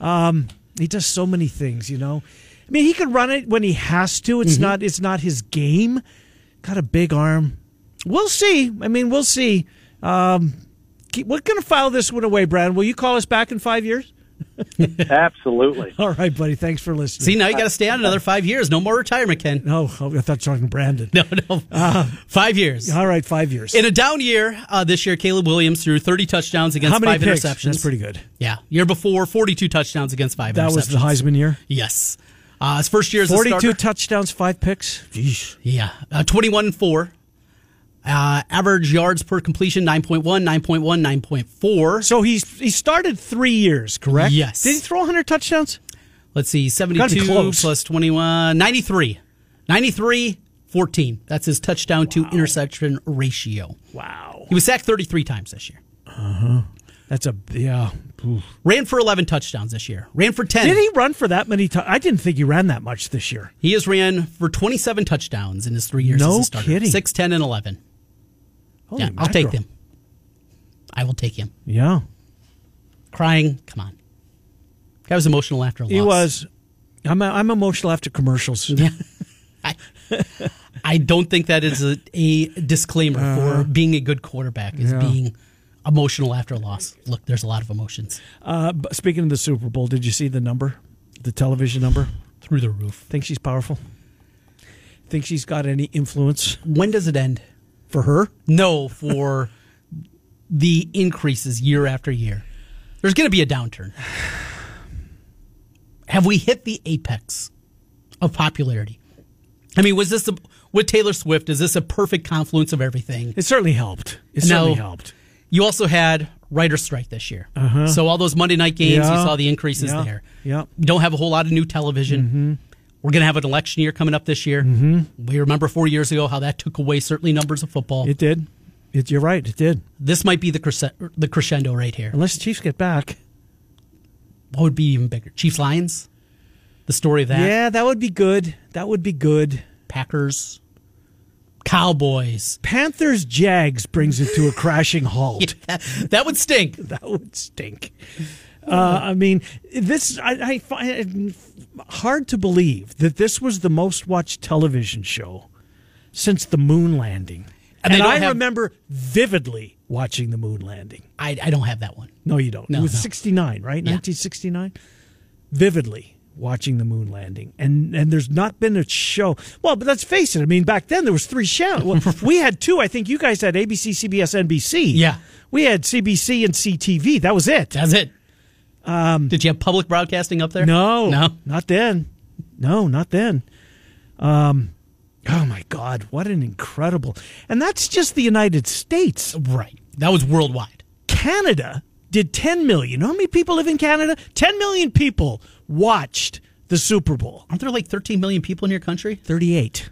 [SPEAKER 1] um, he does so many things, you know. I mean, he can run it when he has to. It's not it's not his game. Got a big arm. We'll see. I mean, we'll see. Um, keep- we're going to file this one away, Brad. Will you call us back in 5 years?
[SPEAKER 3] Absolutely.
[SPEAKER 1] All right, buddy. Thanks for listening.
[SPEAKER 2] See, now you got to stay out another five years. No more retirement, Ken.
[SPEAKER 1] No, I thought you were talking Brandon.
[SPEAKER 2] No, no. five years.
[SPEAKER 1] All right, 5 years.
[SPEAKER 2] In a down year uh, this year, Caleb Williams threw 30 touchdowns against
[SPEAKER 1] How many
[SPEAKER 2] five
[SPEAKER 1] picks?
[SPEAKER 2] interceptions.
[SPEAKER 1] That's pretty good.
[SPEAKER 2] Yeah. Year before, 42 touchdowns against five
[SPEAKER 1] That
[SPEAKER 2] interceptions.
[SPEAKER 1] was the Heisman year.
[SPEAKER 2] Yes. Uh, his first year as a
[SPEAKER 1] 42
[SPEAKER 2] starter.
[SPEAKER 1] touchdowns, 5 picks. Jeez.
[SPEAKER 2] Yeah. Uh, 21 and 4. Uh, average yards per completion 9.1, 9.1, 9.4.
[SPEAKER 1] So he's he started 3 years, correct?
[SPEAKER 2] Yes.
[SPEAKER 1] Did he throw 100 touchdowns?
[SPEAKER 2] Let's see, 72
[SPEAKER 1] close.
[SPEAKER 2] plus 21, 93. 93, 14. That's his touchdown to interception ratio.
[SPEAKER 1] Wow.
[SPEAKER 2] He was sacked 33 times this year.
[SPEAKER 1] That's a yeah.
[SPEAKER 2] Ran for 11 touchdowns this year. Ran for 10.
[SPEAKER 1] Did he run for that many times? I didn't think he ran that much this year.
[SPEAKER 2] He has ran for 27 touchdowns in his three years
[SPEAKER 1] No
[SPEAKER 2] as a starter.
[SPEAKER 1] kidding.
[SPEAKER 2] 6, 10, and 11.
[SPEAKER 1] Holy
[SPEAKER 2] Yeah, I'll take
[SPEAKER 1] mackerel.
[SPEAKER 2] them. I will take him.
[SPEAKER 1] Yeah,
[SPEAKER 2] Crying, come on. Guy was emotional after a
[SPEAKER 1] he
[SPEAKER 2] loss.
[SPEAKER 1] was. I'm I'm emotional after commercials.
[SPEAKER 2] Yeah. I, I don't think that is a, a disclaimer for being a good quarterback is
[SPEAKER 1] Uh-huh. Yeah.
[SPEAKER 2] being emotional after a loss. Look, there's a lot of emotions
[SPEAKER 1] Uh, but speaking of the Super Bowl, did you see the number, the television number?
[SPEAKER 2] through the roof.
[SPEAKER 1] Think she's powerful? Think she's got any influence
[SPEAKER 2] When does it end?
[SPEAKER 1] for her?
[SPEAKER 2] No, for the increases year after year. There's going to be a downturn. Have we hit the apex of popularity? I mean, was this the, with Taylor Swift? Is this a perfect confluence of everything?
[SPEAKER 1] It certainly helped. It
[SPEAKER 2] No.
[SPEAKER 1] certainly helped.
[SPEAKER 2] You also had writer strike this year, so all those Monday night games, you
[SPEAKER 1] Yeah.
[SPEAKER 2] saw the increases
[SPEAKER 1] Yeah.
[SPEAKER 2] there.
[SPEAKER 1] Yeah.
[SPEAKER 2] You don't have a whole lot of new television. We're going to have an election year coming up this year. We remember four years ago how that took away certainly numbers of football.
[SPEAKER 1] It did. It, you're right. It did.
[SPEAKER 2] this might be the crescendo, the crescendo right here.
[SPEAKER 1] Unless the Chiefs get back.
[SPEAKER 2] What would be even bigger? Chiefs Lions, the story of that.
[SPEAKER 1] Yeah, that would be good. That would be good.
[SPEAKER 2] Packers, Cowboys.
[SPEAKER 1] Panthers Jags brings it to a crashing halt.
[SPEAKER 2] That would stink.
[SPEAKER 1] that would stink. Uh, I mean, this I, I find it hard to believe that this was the most watched television show since the moon landing.
[SPEAKER 2] And
[SPEAKER 1] And,
[SPEAKER 2] they don't
[SPEAKER 1] I
[SPEAKER 2] have-
[SPEAKER 1] remember vividly watching the moon landing.
[SPEAKER 2] I, I don't have that one.
[SPEAKER 1] No, you don't.
[SPEAKER 2] No,
[SPEAKER 1] it was
[SPEAKER 2] no.
[SPEAKER 1] 69, right? 1969. Vividly watching the moon landing. And and there's not been a show. Well, but let's face it. I mean, back then there was three channels. Well, we had two. I think you guys had ABC, CBS, NBC.
[SPEAKER 2] Yeah.
[SPEAKER 1] We had CBC and CTV. That was it.
[SPEAKER 2] That's it. Um, Did you have public broadcasting up there?
[SPEAKER 1] No,
[SPEAKER 2] no.
[SPEAKER 1] not then. No, not then. Um, oh my God, what an incredible! And that's just the United States.
[SPEAKER 2] Right. That was worldwide.
[SPEAKER 1] Canada did 10 million. How many people live in Canada? 10 million people watched the Super Bowl.
[SPEAKER 2] Aren't there like 13 million people in your country?
[SPEAKER 1] 38.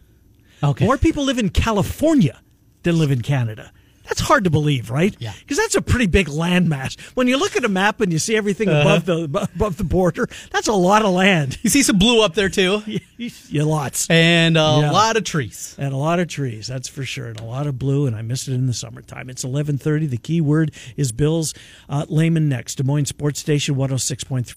[SPEAKER 2] Okay.
[SPEAKER 1] More people live in California than live in Canada. That's hard to believe, right?
[SPEAKER 2] Yeah.
[SPEAKER 1] Because that's a pretty big landmass. When you look at a map and you see everything
[SPEAKER 2] Uh-huh.
[SPEAKER 1] above the above the border, that's a lot of land.
[SPEAKER 2] you see some blue up there too,
[SPEAKER 1] you lots.
[SPEAKER 2] and a
[SPEAKER 1] Yeah.
[SPEAKER 2] lot of trees.
[SPEAKER 1] and a lot of trees that's for sure and a lot of blue and i miss it in the summertime it's 11.30 the key word is bills uh, layman next des moines sports station 106.3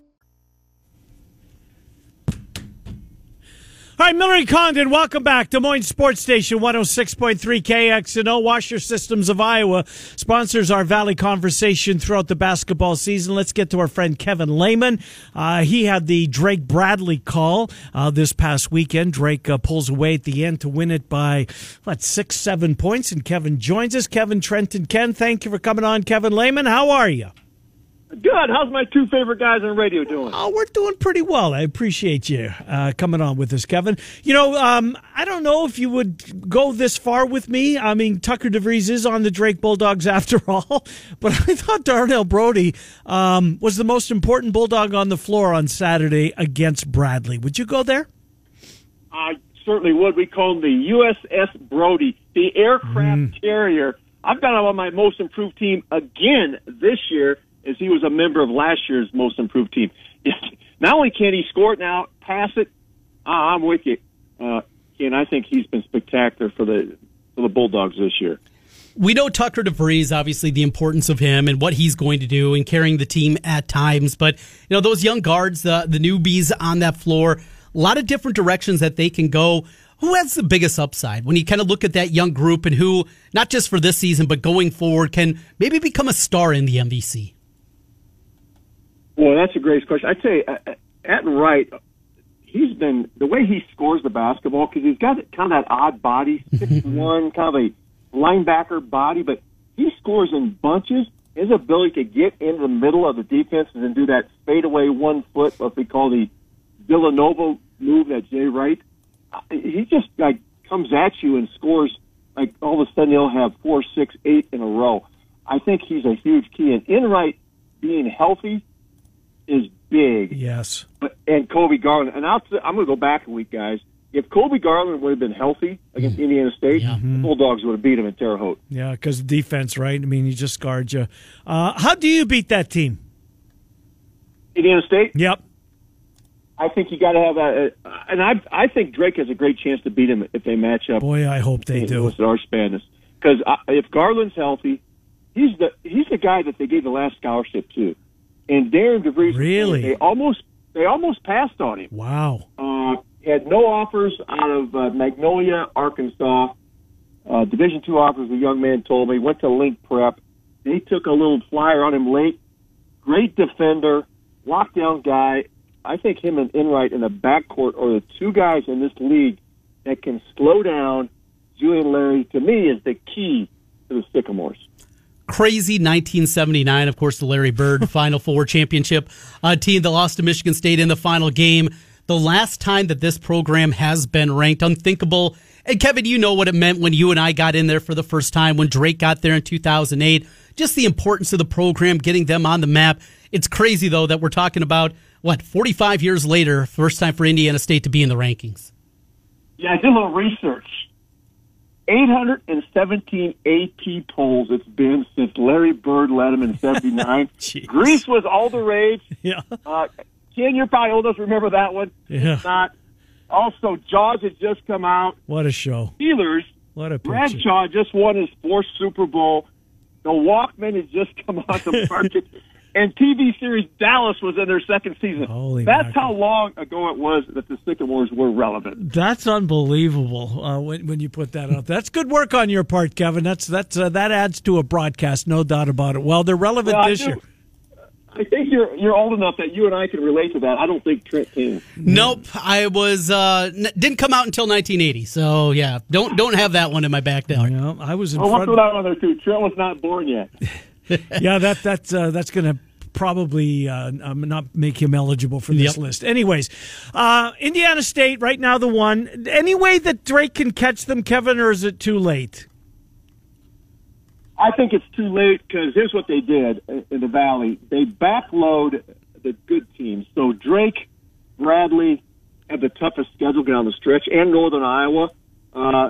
[SPEAKER 1] All right, Millery Condon, welcome back. Des Moines Sports Station 106.3 KXNO. Washer Systems of Iowa sponsors our Valley Conversation throughout the basketball season. Let's get to our friend Kevin Lehman. Uh, he had the Drake Bradley call uh, this past weekend. Drake uh, pulls away at the end to win it by, what, six, seven points, and Kevin joins us. Kevin, Trent, and Ken, thank you for coming on, Kevin Lehman. How are you?
[SPEAKER 3] Good. How's my two favorite guys on radio doing?
[SPEAKER 1] Oh, we're doing pretty well. I appreciate you uh, coming on with us, Kevin. You know, um, I don't know if you would go this far with me. I mean, Tucker DeVries is on the Drake Bulldogs after all, but I thought Darnell Brody um, was the most important Bulldog on the floor on Saturday against Bradley. Would you go there?
[SPEAKER 3] I certainly would. We call him the USS Brody, the aircraft carrier. I've got him on my most improved team again this year, as he was a member of last year's most improved team. Not only can he score it now, pass it. Ah, I'm with you, uh, Ken. I think he's been spectacular for the for the Bulldogs this year.
[SPEAKER 2] we know Tucker DeVries, obviously, the importance of him and what he's going to do and carrying the team at times. But, you know, those young guards, the, the newbies on that floor, a lot of different directions that they can go. Who has the biggest upside when you kind of look at that young group and who, not just for this season, but going forward, can maybe become a star in the MVC?
[SPEAKER 3] Well, that's a great question. I tell you, uh, at right, he's been the way he scores the basketball because he's got kind of that odd body, six one, kind of a linebacker body, but he scores in bunches. His ability to get into the middle of the defenses and do that fadeaway one foot, what we call the Villanova move that Jay Wright, uh, he just like comes at you and scores. Like all of a sudden, he'll have four, six, eight in a row. I think he's a huge key. And Enright being healthy is big.
[SPEAKER 1] Yes.
[SPEAKER 3] But, and Kobe Garland. And I'll, I'm going to go back a week, guys. If Kobe Garland would have been healthy against
[SPEAKER 1] Mm-hmm.
[SPEAKER 3] Indiana State, the Bulldogs would have beat him in Terre Haute.
[SPEAKER 1] Yeah, because defense, right? I mean, he just scarred you. Uh, how do you beat that team?
[SPEAKER 3] Indiana State,
[SPEAKER 1] Yep.
[SPEAKER 3] I think you got to have a, a and I I think Drake has a great chance to beat him if they match up.
[SPEAKER 1] Boy, I hope they do.
[SPEAKER 3] with our Spanish. Because if Garland's healthy, he's the he's the guy that they gave the last scholarship to, and Darren DeVries.
[SPEAKER 1] Really?
[SPEAKER 3] they almost they almost passed on him.
[SPEAKER 1] Wow.
[SPEAKER 3] uh, had no offers out of uh, Magnolia, Arkansas. Uh, Division two offers. The young man told me went to Link Prep. They took a little flyer on him late. Great defender, lockdown guy. I think him and Enright in the backcourt are the two guys in this league that can slow down Julian Larry. To me, is the key to the Sycamores.
[SPEAKER 2] crazy 1979, of course, the Larry Bird Final Four championship uh, team that lost to Michigan State in the final game. The last time that this program has been ranked, unthinkable. And Kevin, you know what it meant when you and I got in there for the first time, when Drake got there in 2008. Just the importance of the program, getting them on the map. It's crazy, though, that we're talking about, what, 45 years later, first time for Indiana State to be in the rankings.
[SPEAKER 3] Yeah, I did a little research. 817 AP polls it's been since Larry Bird led him in 79.
[SPEAKER 1] Jeez.
[SPEAKER 3] Greece was all the rage.
[SPEAKER 1] Yeah.
[SPEAKER 3] Uh, Ken, you're probably old enough to remember that one.
[SPEAKER 1] Yeah.
[SPEAKER 3] It's not. Also, Jaws had just come out.
[SPEAKER 1] What a show.
[SPEAKER 3] Steelers.
[SPEAKER 1] What a picture.
[SPEAKER 3] Bradshaw just won his fourth Super Bowl. The Walkman has just come out the market. And TV series Dallas was in their second season.
[SPEAKER 1] Holy
[SPEAKER 3] That's
[SPEAKER 1] mackerel.
[SPEAKER 3] how long ago it was that the Sycamores were relevant.
[SPEAKER 1] That's unbelievable uh, when, when you put that out. That's good work on your part, Kevin. That's that's uh, that adds to a broadcast, no doubt about it. Well, they're relevant
[SPEAKER 3] Well, I
[SPEAKER 1] this
[SPEAKER 3] do-
[SPEAKER 1] year.
[SPEAKER 3] I think you're you're old enough that you and I can relate to that. I don't think Trent can.
[SPEAKER 2] Nope, I was uh, n- didn't come out until 1980. So yeah, don't don't have that one in my back now.
[SPEAKER 1] You know, I was in
[SPEAKER 3] I want to throw
[SPEAKER 1] front.
[SPEAKER 3] that on there too. Trent was not born yet.
[SPEAKER 1] Yeah, that that's uh, that's going to probably uh, um, not make him eligible for this
[SPEAKER 2] Yep.
[SPEAKER 1] list. Anyways, uh, Indiana State right now the one. Any way that Drake can catch them, Kevin, or is it too late?
[SPEAKER 3] I think it's too late because here's what they did in in the Valley. They backload the good teams. So Drake, Bradley have the toughest schedule down the stretch, and Northern Iowa. Uh,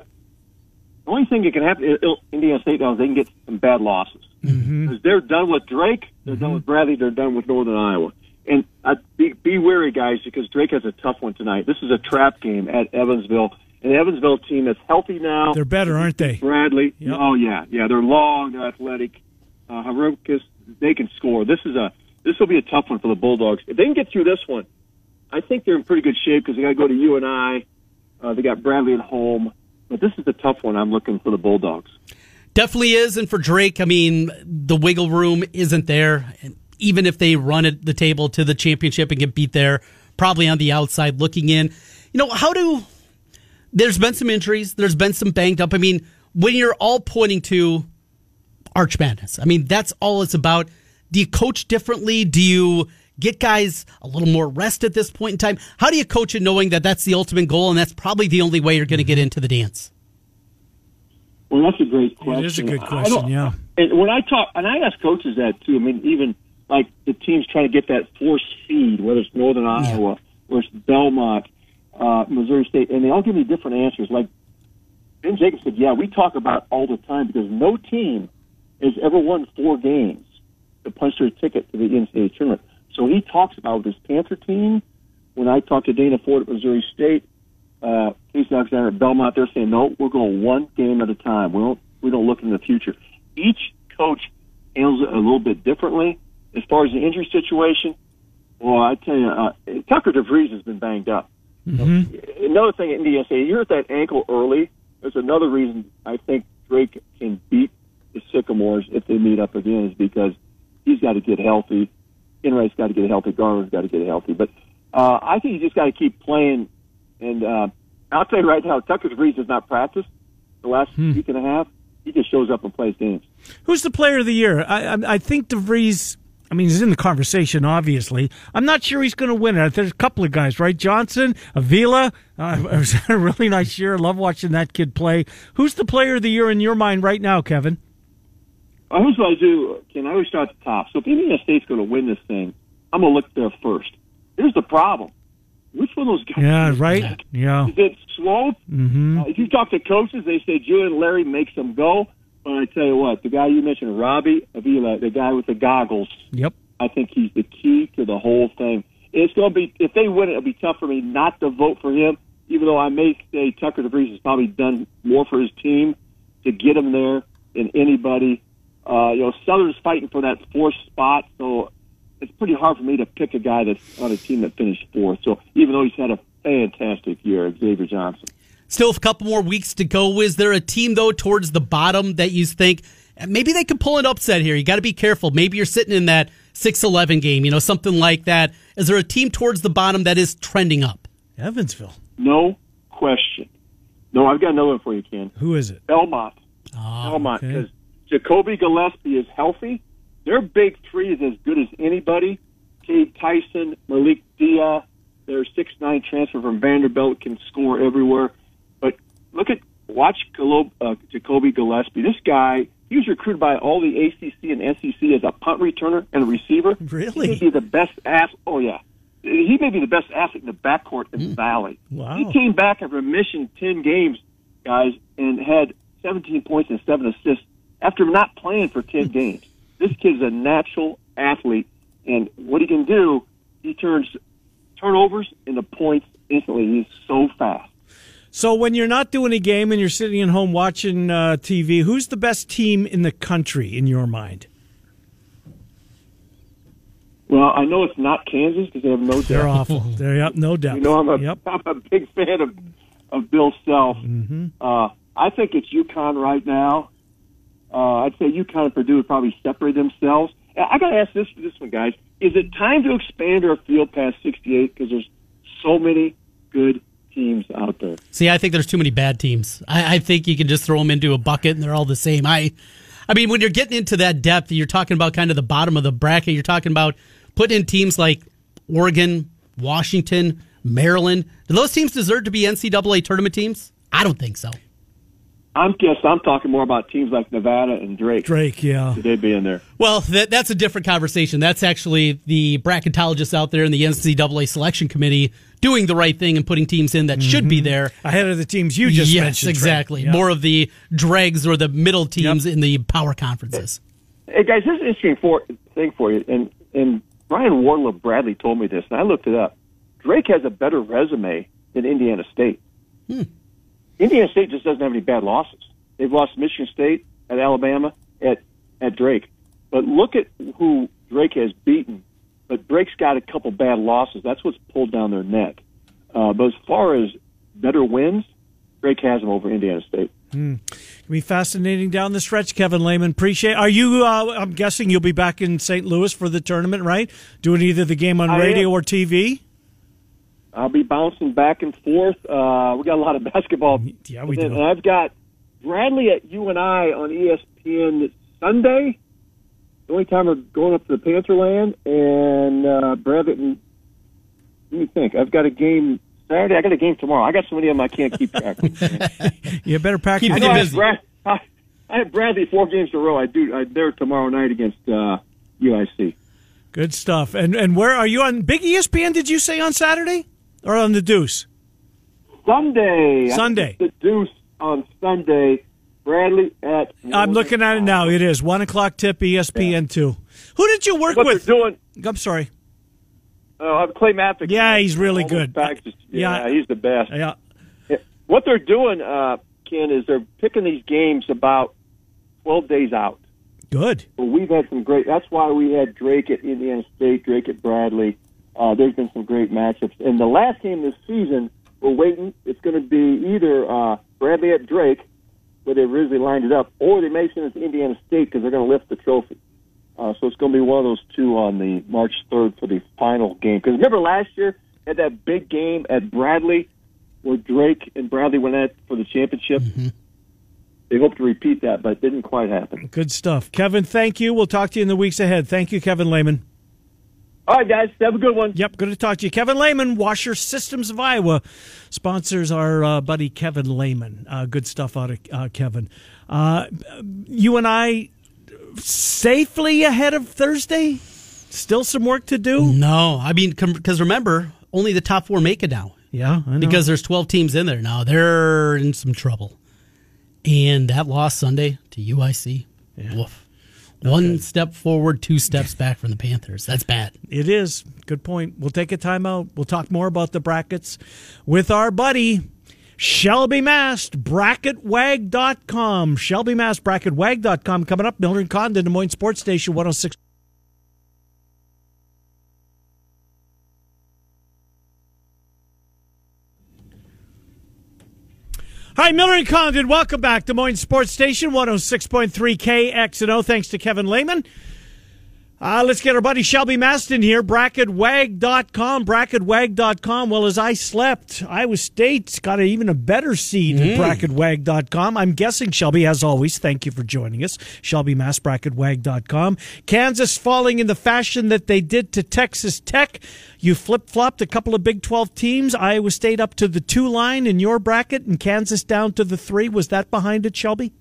[SPEAKER 3] the only thing that can happen in in Indiana State now is they can get some bad losses. 'Cause They're done with Drake. They're done with Bradley. They're done with Northern Iowa. And uh, be, be wary, guys, because Drake has a tough one tonight. This is a trap game at Evansville, an Evansville team that's healthy now.
[SPEAKER 1] They're better, aren't they?
[SPEAKER 3] Bradley.
[SPEAKER 1] Yep.
[SPEAKER 3] Oh yeah, yeah. They're long, they're athletic. Uh, Harukas, they can score. This is a this will be a tough one for the Bulldogs. If they can get through this one, I think they're in pretty good shape because they got to go to U and I. Uh, they got Bradley at home, but this is a tough one. I'm looking for the Bulldogs.
[SPEAKER 2] Definitely is. And for Drake, I mean, the wiggle room isn't there. And even if they run at the table to the championship and get beat there, probably on the outside looking in. You know, how do. There's been some injuries, there's been some banged up. I mean, when you're all pointing to Arch Madness, I mean, that's all it's about. Do you coach differently? Do you get guys a little more rest at this point in time? How do you coach it knowing that that's the ultimate goal and that's probably the only way you're going to get into the dance?
[SPEAKER 3] Well, that's a great question.
[SPEAKER 1] It is a good
[SPEAKER 3] I
[SPEAKER 1] question,
[SPEAKER 3] don't-
[SPEAKER 1] yeah.
[SPEAKER 3] And when I talk, and I ask coaches that too. I mean, even like the teams trying to get that four seed, whether it's Northern Iowa or it's Belmont, uh, Missouri State, and they all give me different answers. Like Ben Jacobs said, yeah, we talk about it all the time because no team has ever won four games to punch their ticket to the NCAA tournament. So he talks about this Panther team. When I talked to Dana Ford at Missouri State, uh, Casey Alexander at Belmont, they're saying, no, we're going one game at a time. We don't, we don't look in the future. Each coach handles it a little bit differently. As far as the injury situation, well, I tell you, uh, Tucker DeVries has been banged up. Another thing at NDSA, you hurt that ankle early. There's another reason I think Drake can beat the Sycamores if they meet up again is because he's got to get healthy. Enright's got to get healthy. Garner's got to get healthy. But uh, I think you just got to keep playing. And uh, I'll tell you right now, Tucker DeVries has not practiced the last week and a half. He just shows up and plays games.
[SPEAKER 1] Who's the player of the year? I, I, I think DeVries. I mean, he's in the conversation, obviously. I'm not sure he's going to win it. There's a couple of guys, right? Johnson, Avila. Uh, it was a really nice year. I love watching that kid play. Who's the player of the year in your mind right now, Kevin?
[SPEAKER 3] I always Uh, what I do, Ken, I always start at the top. So if Indiana State's going to win this thing, I'm going to look there first. Here's the problem. Which one of those guys?
[SPEAKER 1] Yeah, right? Yeah.
[SPEAKER 3] Is it Swope? Mm-hmm. Uh, if you talk to coaches, they say Julian Larry makes them go. But I tell you what, the guy you mentioned, Robbie Avila, the guy with the goggles,
[SPEAKER 1] Yep.
[SPEAKER 3] I think he's the key to the whole thing. It's going to be, if they win it, it'll be tough for me not to vote for him, even though I may say Tucker DeVries has probably done more for his team to get him there than anybody. Uh, you know, Southern's fighting for that fourth spot, so it's pretty hard for me to pick a guy that's on a team that finished fourth. So even though he's had a fantastic year, Xavier Johnson.
[SPEAKER 2] Still a couple more weeks to go. Is there a team though towards the bottom that you think eh, maybe they could pull an upset here? You got to be careful. Maybe you're sitting in that 6-11 game, you know, something like that. Is there a team towards the bottom that is trending up?
[SPEAKER 1] Evansville.
[SPEAKER 3] No question. No, I've got another one for you, Ken.
[SPEAKER 1] Who is it?
[SPEAKER 3] Belmont. Belmont,
[SPEAKER 1] Ah, okay.
[SPEAKER 3] because Jacoby Gillespie is healthy. Their big three is as good as anybody. Cade Tyson, Malik Dia, their six nine transfer from Vanderbilt can score everywhere. But look at watch Gillo- uh, Jacoby Gillespie. This guy, he was recruited by all the ACC and SEC as a punt returner and a receiver.
[SPEAKER 1] Really?
[SPEAKER 3] He may be the best ass. Oh yeah, he may be the best athlete in the backcourt in the Valley.
[SPEAKER 1] Mm. Wow.
[SPEAKER 3] He came back at remission 10 games, guys, and had 17 points and seven assists after not playing for 10
[SPEAKER 1] Mm.
[SPEAKER 3] games. This kid's a natural athlete, and what he can do, he turns turnovers into points instantly. He's so fast.
[SPEAKER 1] So when you're not doing a game and you're sitting at home watching uh, TV, who's the best team in the country in your mind?
[SPEAKER 3] Well, I know it's not Kansas because they have no
[SPEAKER 1] They're
[SPEAKER 3] depth.
[SPEAKER 1] awful. They're yep, no doubt.
[SPEAKER 3] You know, I'm a
[SPEAKER 1] yep.
[SPEAKER 3] am a big fan of of Bill Self.
[SPEAKER 1] Mm-hmm.
[SPEAKER 3] Uh, I think it's UConn right now. Uh, I'd say UConn and Purdue would probably separate themselves. And I got to ask this this one, guys: Is it time to expand our field past 68? Because there's so many good teams out there.
[SPEAKER 2] See, I think there's too many bad teams. I, I think you can just throw them into a bucket and they're all the same. I, I mean, when you're getting into that depth, you're talking about kind of the bottom of the bracket. You're talking about putting in teams like Oregon, Washington, Maryland. Do those teams deserve to be NCAA tournament teams? I don't think so.
[SPEAKER 3] I'm guess I'm talking more about teams like Nevada and Drake.
[SPEAKER 1] Drake, yeah.
[SPEAKER 3] Should they be in there?
[SPEAKER 2] Well, that, that's a different conversation. That's actually the bracketologists out there in the NCAA selection committee doing the right thing and putting teams in that should be there.
[SPEAKER 1] Ahead of the teams Mm-hmm. you just
[SPEAKER 2] yes,
[SPEAKER 1] mentioned. Trey.
[SPEAKER 2] exactly.
[SPEAKER 1] Yeah.
[SPEAKER 2] More of the dregs or the middle teams in the power conferences.
[SPEAKER 3] Hey guys, this is an interesting for, thing for you, and and Brian Warlow Bradley told me this, and I looked it up. Drake has a better resume than Indiana State. Indiana State just doesn't have any bad losses. They've lost Michigan State at Alabama at at Drake, but look at who Drake has beaten. But Drake's got a couple bad losses. That's what's pulled down their net. Uh, but as far as better wins, Drake has them over Indiana State.
[SPEAKER 1] It'll be fascinating down the stretch, Kevin Lehman. Appreciate. Are you? Uh, I'm guessing you'll be back in St. Louis for the tournament, right? Doing either the game on
[SPEAKER 3] I am.
[SPEAKER 1] radio or TV.
[SPEAKER 3] I'll be bouncing back and forth. Uh, we got a lot of basketball.
[SPEAKER 1] Yeah, we
[SPEAKER 3] And then-
[SPEAKER 1] do.
[SPEAKER 3] And I've got Bradley at you and I on E ESPN Sunday. The only time we're going up to the Pantherland and uh, Bradley. Let me think. I've got a game Saturday. I got a game tomorrow. I got so many of them I can't keep track. of.
[SPEAKER 1] You better pack.
[SPEAKER 2] Keep
[SPEAKER 1] your
[SPEAKER 2] it
[SPEAKER 3] No, I, have
[SPEAKER 2] busy.
[SPEAKER 3] Brad, I, I have Bradley four games in a row. I do. I, they're tomorrow night against uh, UIC.
[SPEAKER 1] Good stuff. And and where are you on Big E ESPN? Did you say on Saturday or on the Deuce?
[SPEAKER 3] Sunday.
[SPEAKER 1] Sunday.
[SPEAKER 3] The Deuce on Sunday. Bradley at.
[SPEAKER 1] I'm looking at it now. It is one o'clock tip E ESPN two. Who did you work
[SPEAKER 3] What
[SPEAKER 1] with?
[SPEAKER 3] they're doing.
[SPEAKER 1] I'm sorry.
[SPEAKER 3] Oh, I'm Clay Matthews.
[SPEAKER 1] Yeah, he's really good. Yeah. Uh,
[SPEAKER 3] yeah, he's the best.
[SPEAKER 1] Yeah.
[SPEAKER 3] What they're doing, uh, Ken, is they're picking these games about 12 days out.
[SPEAKER 1] Good.
[SPEAKER 3] Well, we've had some great. That's why we had Drake at Indiana State, Drake at Bradley. Uh, there's been some great matchups. And the last game this season, we're waiting. It's going to be either uh, Bradley at Drake, where they originally lined it up, or they may send it to Indiana State because they're going to lift the trophy. Uh, so it's going to be one of those two on the March 3rd for the final game. Because remember last year at that big game at Bradley, where Drake and Bradley went at it for the championship. They hoped to repeat that, but it didn't quite happen.
[SPEAKER 1] Good stuff. Kevin, thank you. We'll talk to you in the weeks ahead. Thank you, Kevin Lehman.
[SPEAKER 3] All right, guys, have a good one.
[SPEAKER 1] Yep, good to talk to you. Kevin Lehman, Washer Systems of Iowa, sponsors our uh, buddy Kevin Lehman. Uh, good stuff out of uh, Kevin. Uh, you and I safely ahead of Thursday? Still some work to do?
[SPEAKER 2] No, I mean, because remember, only the top four make it now.
[SPEAKER 1] Yeah, I know.
[SPEAKER 2] because there's 12 teams in there now. They're in some trouble. And that loss Sunday to UIC, woof. One step forward, two steps back from the Panthers. That's bad.
[SPEAKER 1] It is. Good point. We'll take a timeout. We'll talk more about the brackets with our buddy Shelby Mast, bracketwag.com. Shelby Mast, bracketwag.com. Coming up, Mildred Condon, Des Moines Sports Station 106. Hi, Miller and Condon. Welcome back. Des Moines Sports Station 106.3 KXNO. Thanks to Kevin Lehman. Uh, let's get our buddy Shelby Maston here, bracketwag.com, bracketwag.com. Well, as I slept, Iowa State's got a, even a better seed at bracketwag.com. I'm guessing, Shelby, as always, thank you for joining us. Shelby Mass, bracketwag.com. Kansas falling in the fashion that they did to Texas Tech. You flip flopped a couple of Big 12 teams. Iowa State up to the two line in your bracket and Kansas down to the three. Was that behind it, Shelby?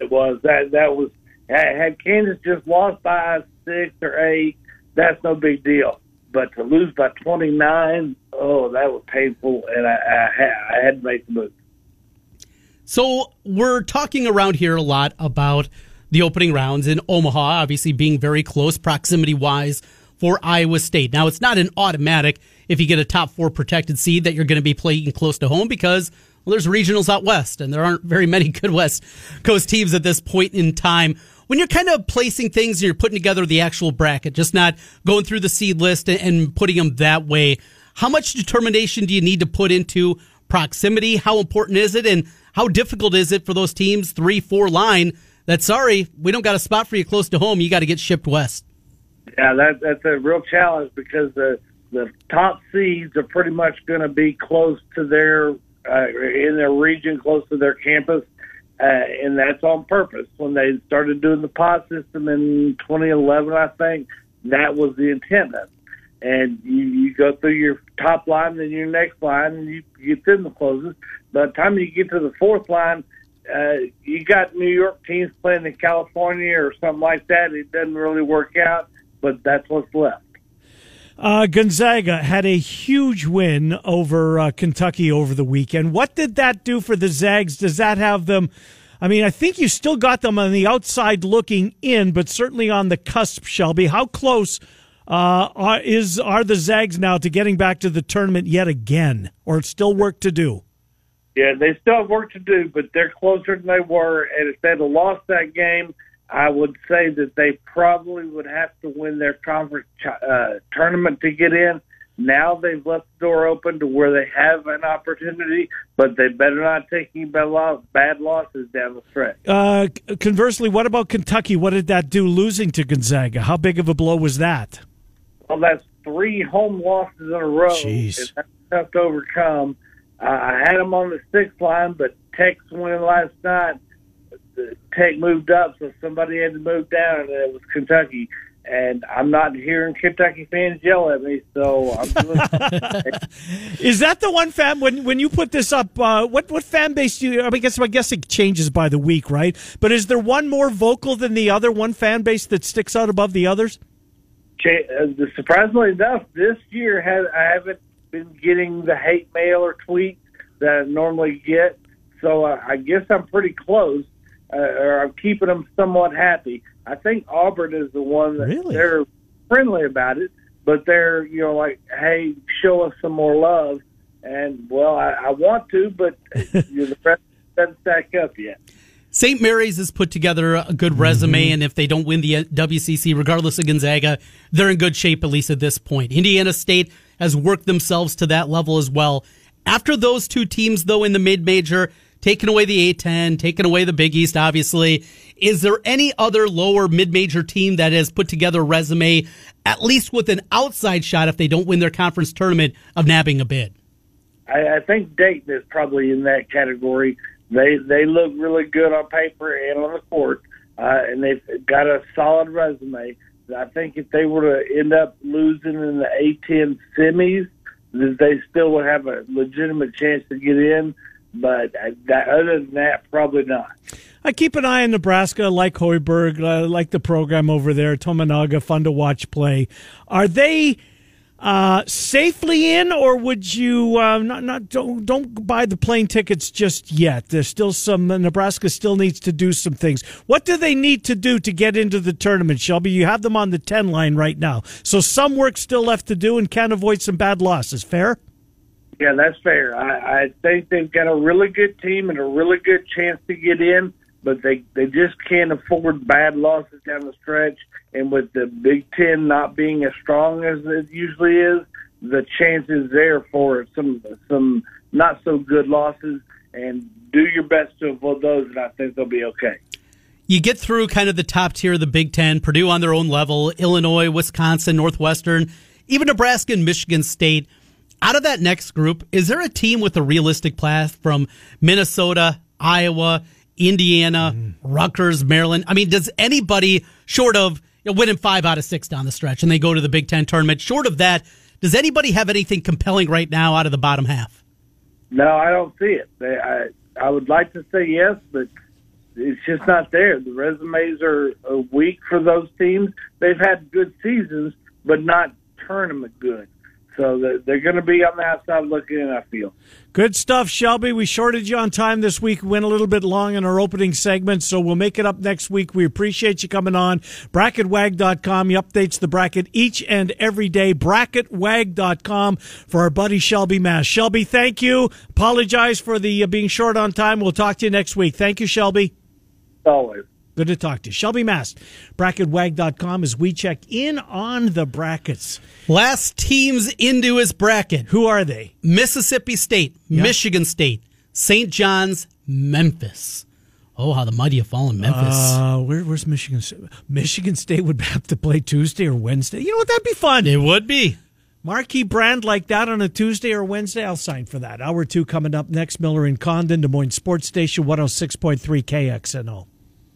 [SPEAKER 4] it was. That that was had had Kansas just lost by six or eight, that's no big deal. But to lose by twenty nine, oh, that was painful, and I I, ha- I had to make the move.
[SPEAKER 2] So we're talking around here a lot about the opening rounds in Omaha, obviously being very close proximity wise for Iowa State. Now it's not an automatic if you get a top four protected seed that you're going to be playing close to home because well, there's regionals out west and there aren't very many good West Coast teams at this point in time. When you're kind of placing things and you're putting together the actual bracket, just not going through the seed list and- and putting them that way, how much determination do you need to put into proximity? How important is it? And how difficult is it for those teams, three, four line, that sorry, we don't got a spot for you close to home. You got to get shipped west.
[SPEAKER 4] Yeah, that that's a real challenge because the the top seeds are pretty much going to be close to their uh, in their region, close to their campus, uh, and that's on purpose. When they started doing the pod system in 2011, I think that was the intent of. it. And you, you go through your top line, then your next line, and you you get them the closest. By the time you get to the fourth line, uh, you got New York teams playing in California or something like that. It doesn't really work out, but that's what's left.
[SPEAKER 1] Uh, Gonzaga had a huge win over uh, Kentucky over the weekend. What did that do for the Zags? Does that have them? I mean, I think you still got them on the outside looking in, but certainly on the cusp, Shelby. How close Uh, are, is are the Zags now to getting back to the tournament yet again, or it's still work to do?
[SPEAKER 4] Yeah, they still have work to do, but they're closer than they were. And if they'd have lost that game, I would say that they probably would have to win their conference uh, tournament to get in. Now they've left the door open to where they have an opportunity, but they better not take any bad, loss, bad losses down the stretch.
[SPEAKER 1] Uh, conversely, what about Kentucky? What did that do losing to Gonzaga? How big of a blow was that?
[SPEAKER 4] Well, that's three home losses in a row.
[SPEAKER 1] Jeez.
[SPEAKER 4] And that's tough to overcome. Uh, I had them on the sixth line, but Tech's win last night. The Tech moved up, so somebody had to move down, and it was Kentucky. And I'm not hearing Kentucky fans yell at me, so I'm doing
[SPEAKER 1] Is that the one fan when when you put this up? Uh, what what fan base do you? I mean, I guess I guess it changes by the week, right? But is there one more vocal than the other? One fan base that sticks out above the others?
[SPEAKER 4] Cha- uh, surprisingly enough, this year has, I haven't been getting the hate mail or tweets that I normally get. So uh, I guess I'm pretty close, uh, or I'm keeping them somewhat happy. I think Auburn is the one that
[SPEAKER 1] Really?
[SPEAKER 4] they're friendly about it, but they're you know like, hey, show us some more love. And well, I, I want to, but you know, the rest doesn't stack up yet.
[SPEAKER 2] St. Mary's has put together a good resume, and if they don't win the uh, WCC, regardless of Gonzaga, they're in good shape, at least at this point. Indiana State has worked themselves to that level as well. After those two teams, though, in the mid major, taking away the A 10, taking away the Big East, obviously, is there any other lower mid major team that has put together a resume, at least with an outside shot if they don't win their conference tournament, of nabbing a bid?
[SPEAKER 4] I, I think Dayton is probably in that category. They they look really good on paper and on the court, uh, and they've got a solid resume. I think if they were to end up losing in the A10 semis, that they still would have a legitimate chance to get in. But uh, that, other than that, probably not.
[SPEAKER 1] I keep an eye on Nebraska, like Hoiberg, uh, like the program over there, Tominaga, fun to watch play. Are they uh, safely in, or would you uh, not? Not don't don't buy the plane tickets just yet. There's still some Nebraska still needs to do some things. What do they need to do to get into the tournament, Shelby? You have them on the ten line right now, so some work still left to do, and can avoid some bad losses. Fair.
[SPEAKER 4] Yeah, that's fair. I, I think they've got a really good team and a really good chance to get in, but they they just can't afford bad losses down the stretch. And with the Big Ten not being as strong as it usually is, the chance is there for some some not so good losses. And do your best to avoid those, and I think they'll be okay.
[SPEAKER 2] you get through kind of the top tier of the Big Ten, Purdue on their own level, Illinois, Wisconsin, Northwestern, even Nebraska and Michigan State. Out of that next group, is there a team with a realistic path from Minnesota, Iowa, Indiana, Rutgers, Maryland? I mean, does anybody short of you know, winning five out of six down the stretch and they go to the Big Ten tournament, short of that, does anybody have anything compelling right now out of the bottom half?
[SPEAKER 4] No, I don't see it. They, I I would like to say yes, but it's just not there. The resumes are, are weak for those teams. They've had good seasons, but not tournament good. So they're, they're going to be on the outside looking in. I feel.
[SPEAKER 1] Good stuff, Shelby. We shorted you on time this week. We went a little bit long in our opening segment, so we'll make it up next week. We appreciate you coming on. BracketWag.com. He updates the bracket each and every day. BracketWag.com for our buddy Shelby Mass. Shelby, thank you. Apologize for the uh, being short on time. We'll talk to you next week. Thank you, Shelby.
[SPEAKER 4] Always.
[SPEAKER 1] Good to talk to you. Shelby Mass, BracketWag.com as we check in on the brackets.
[SPEAKER 2] Last teams into his bracket.
[SPEAKER 1] Who are they?
[SPEAKER 2] Mississippi State, Michigan State, St. John's, Memphis. Oh, how the mighty have fallen, Memphis.
[SPEAKER 1] Uh, where, where's Michigan State? Michigan State would have to play Tuesday or Wednesday. You know what? That'd be fun.
[SPEAKER 2] it would be.
[SPEAKER 1] Marquee brand like that on a Tuesday or Wednesday. I'll sign for oh that. Hour two coming up next. Miller and Condon, Des Moines Sports Station, 106.3 KXNO.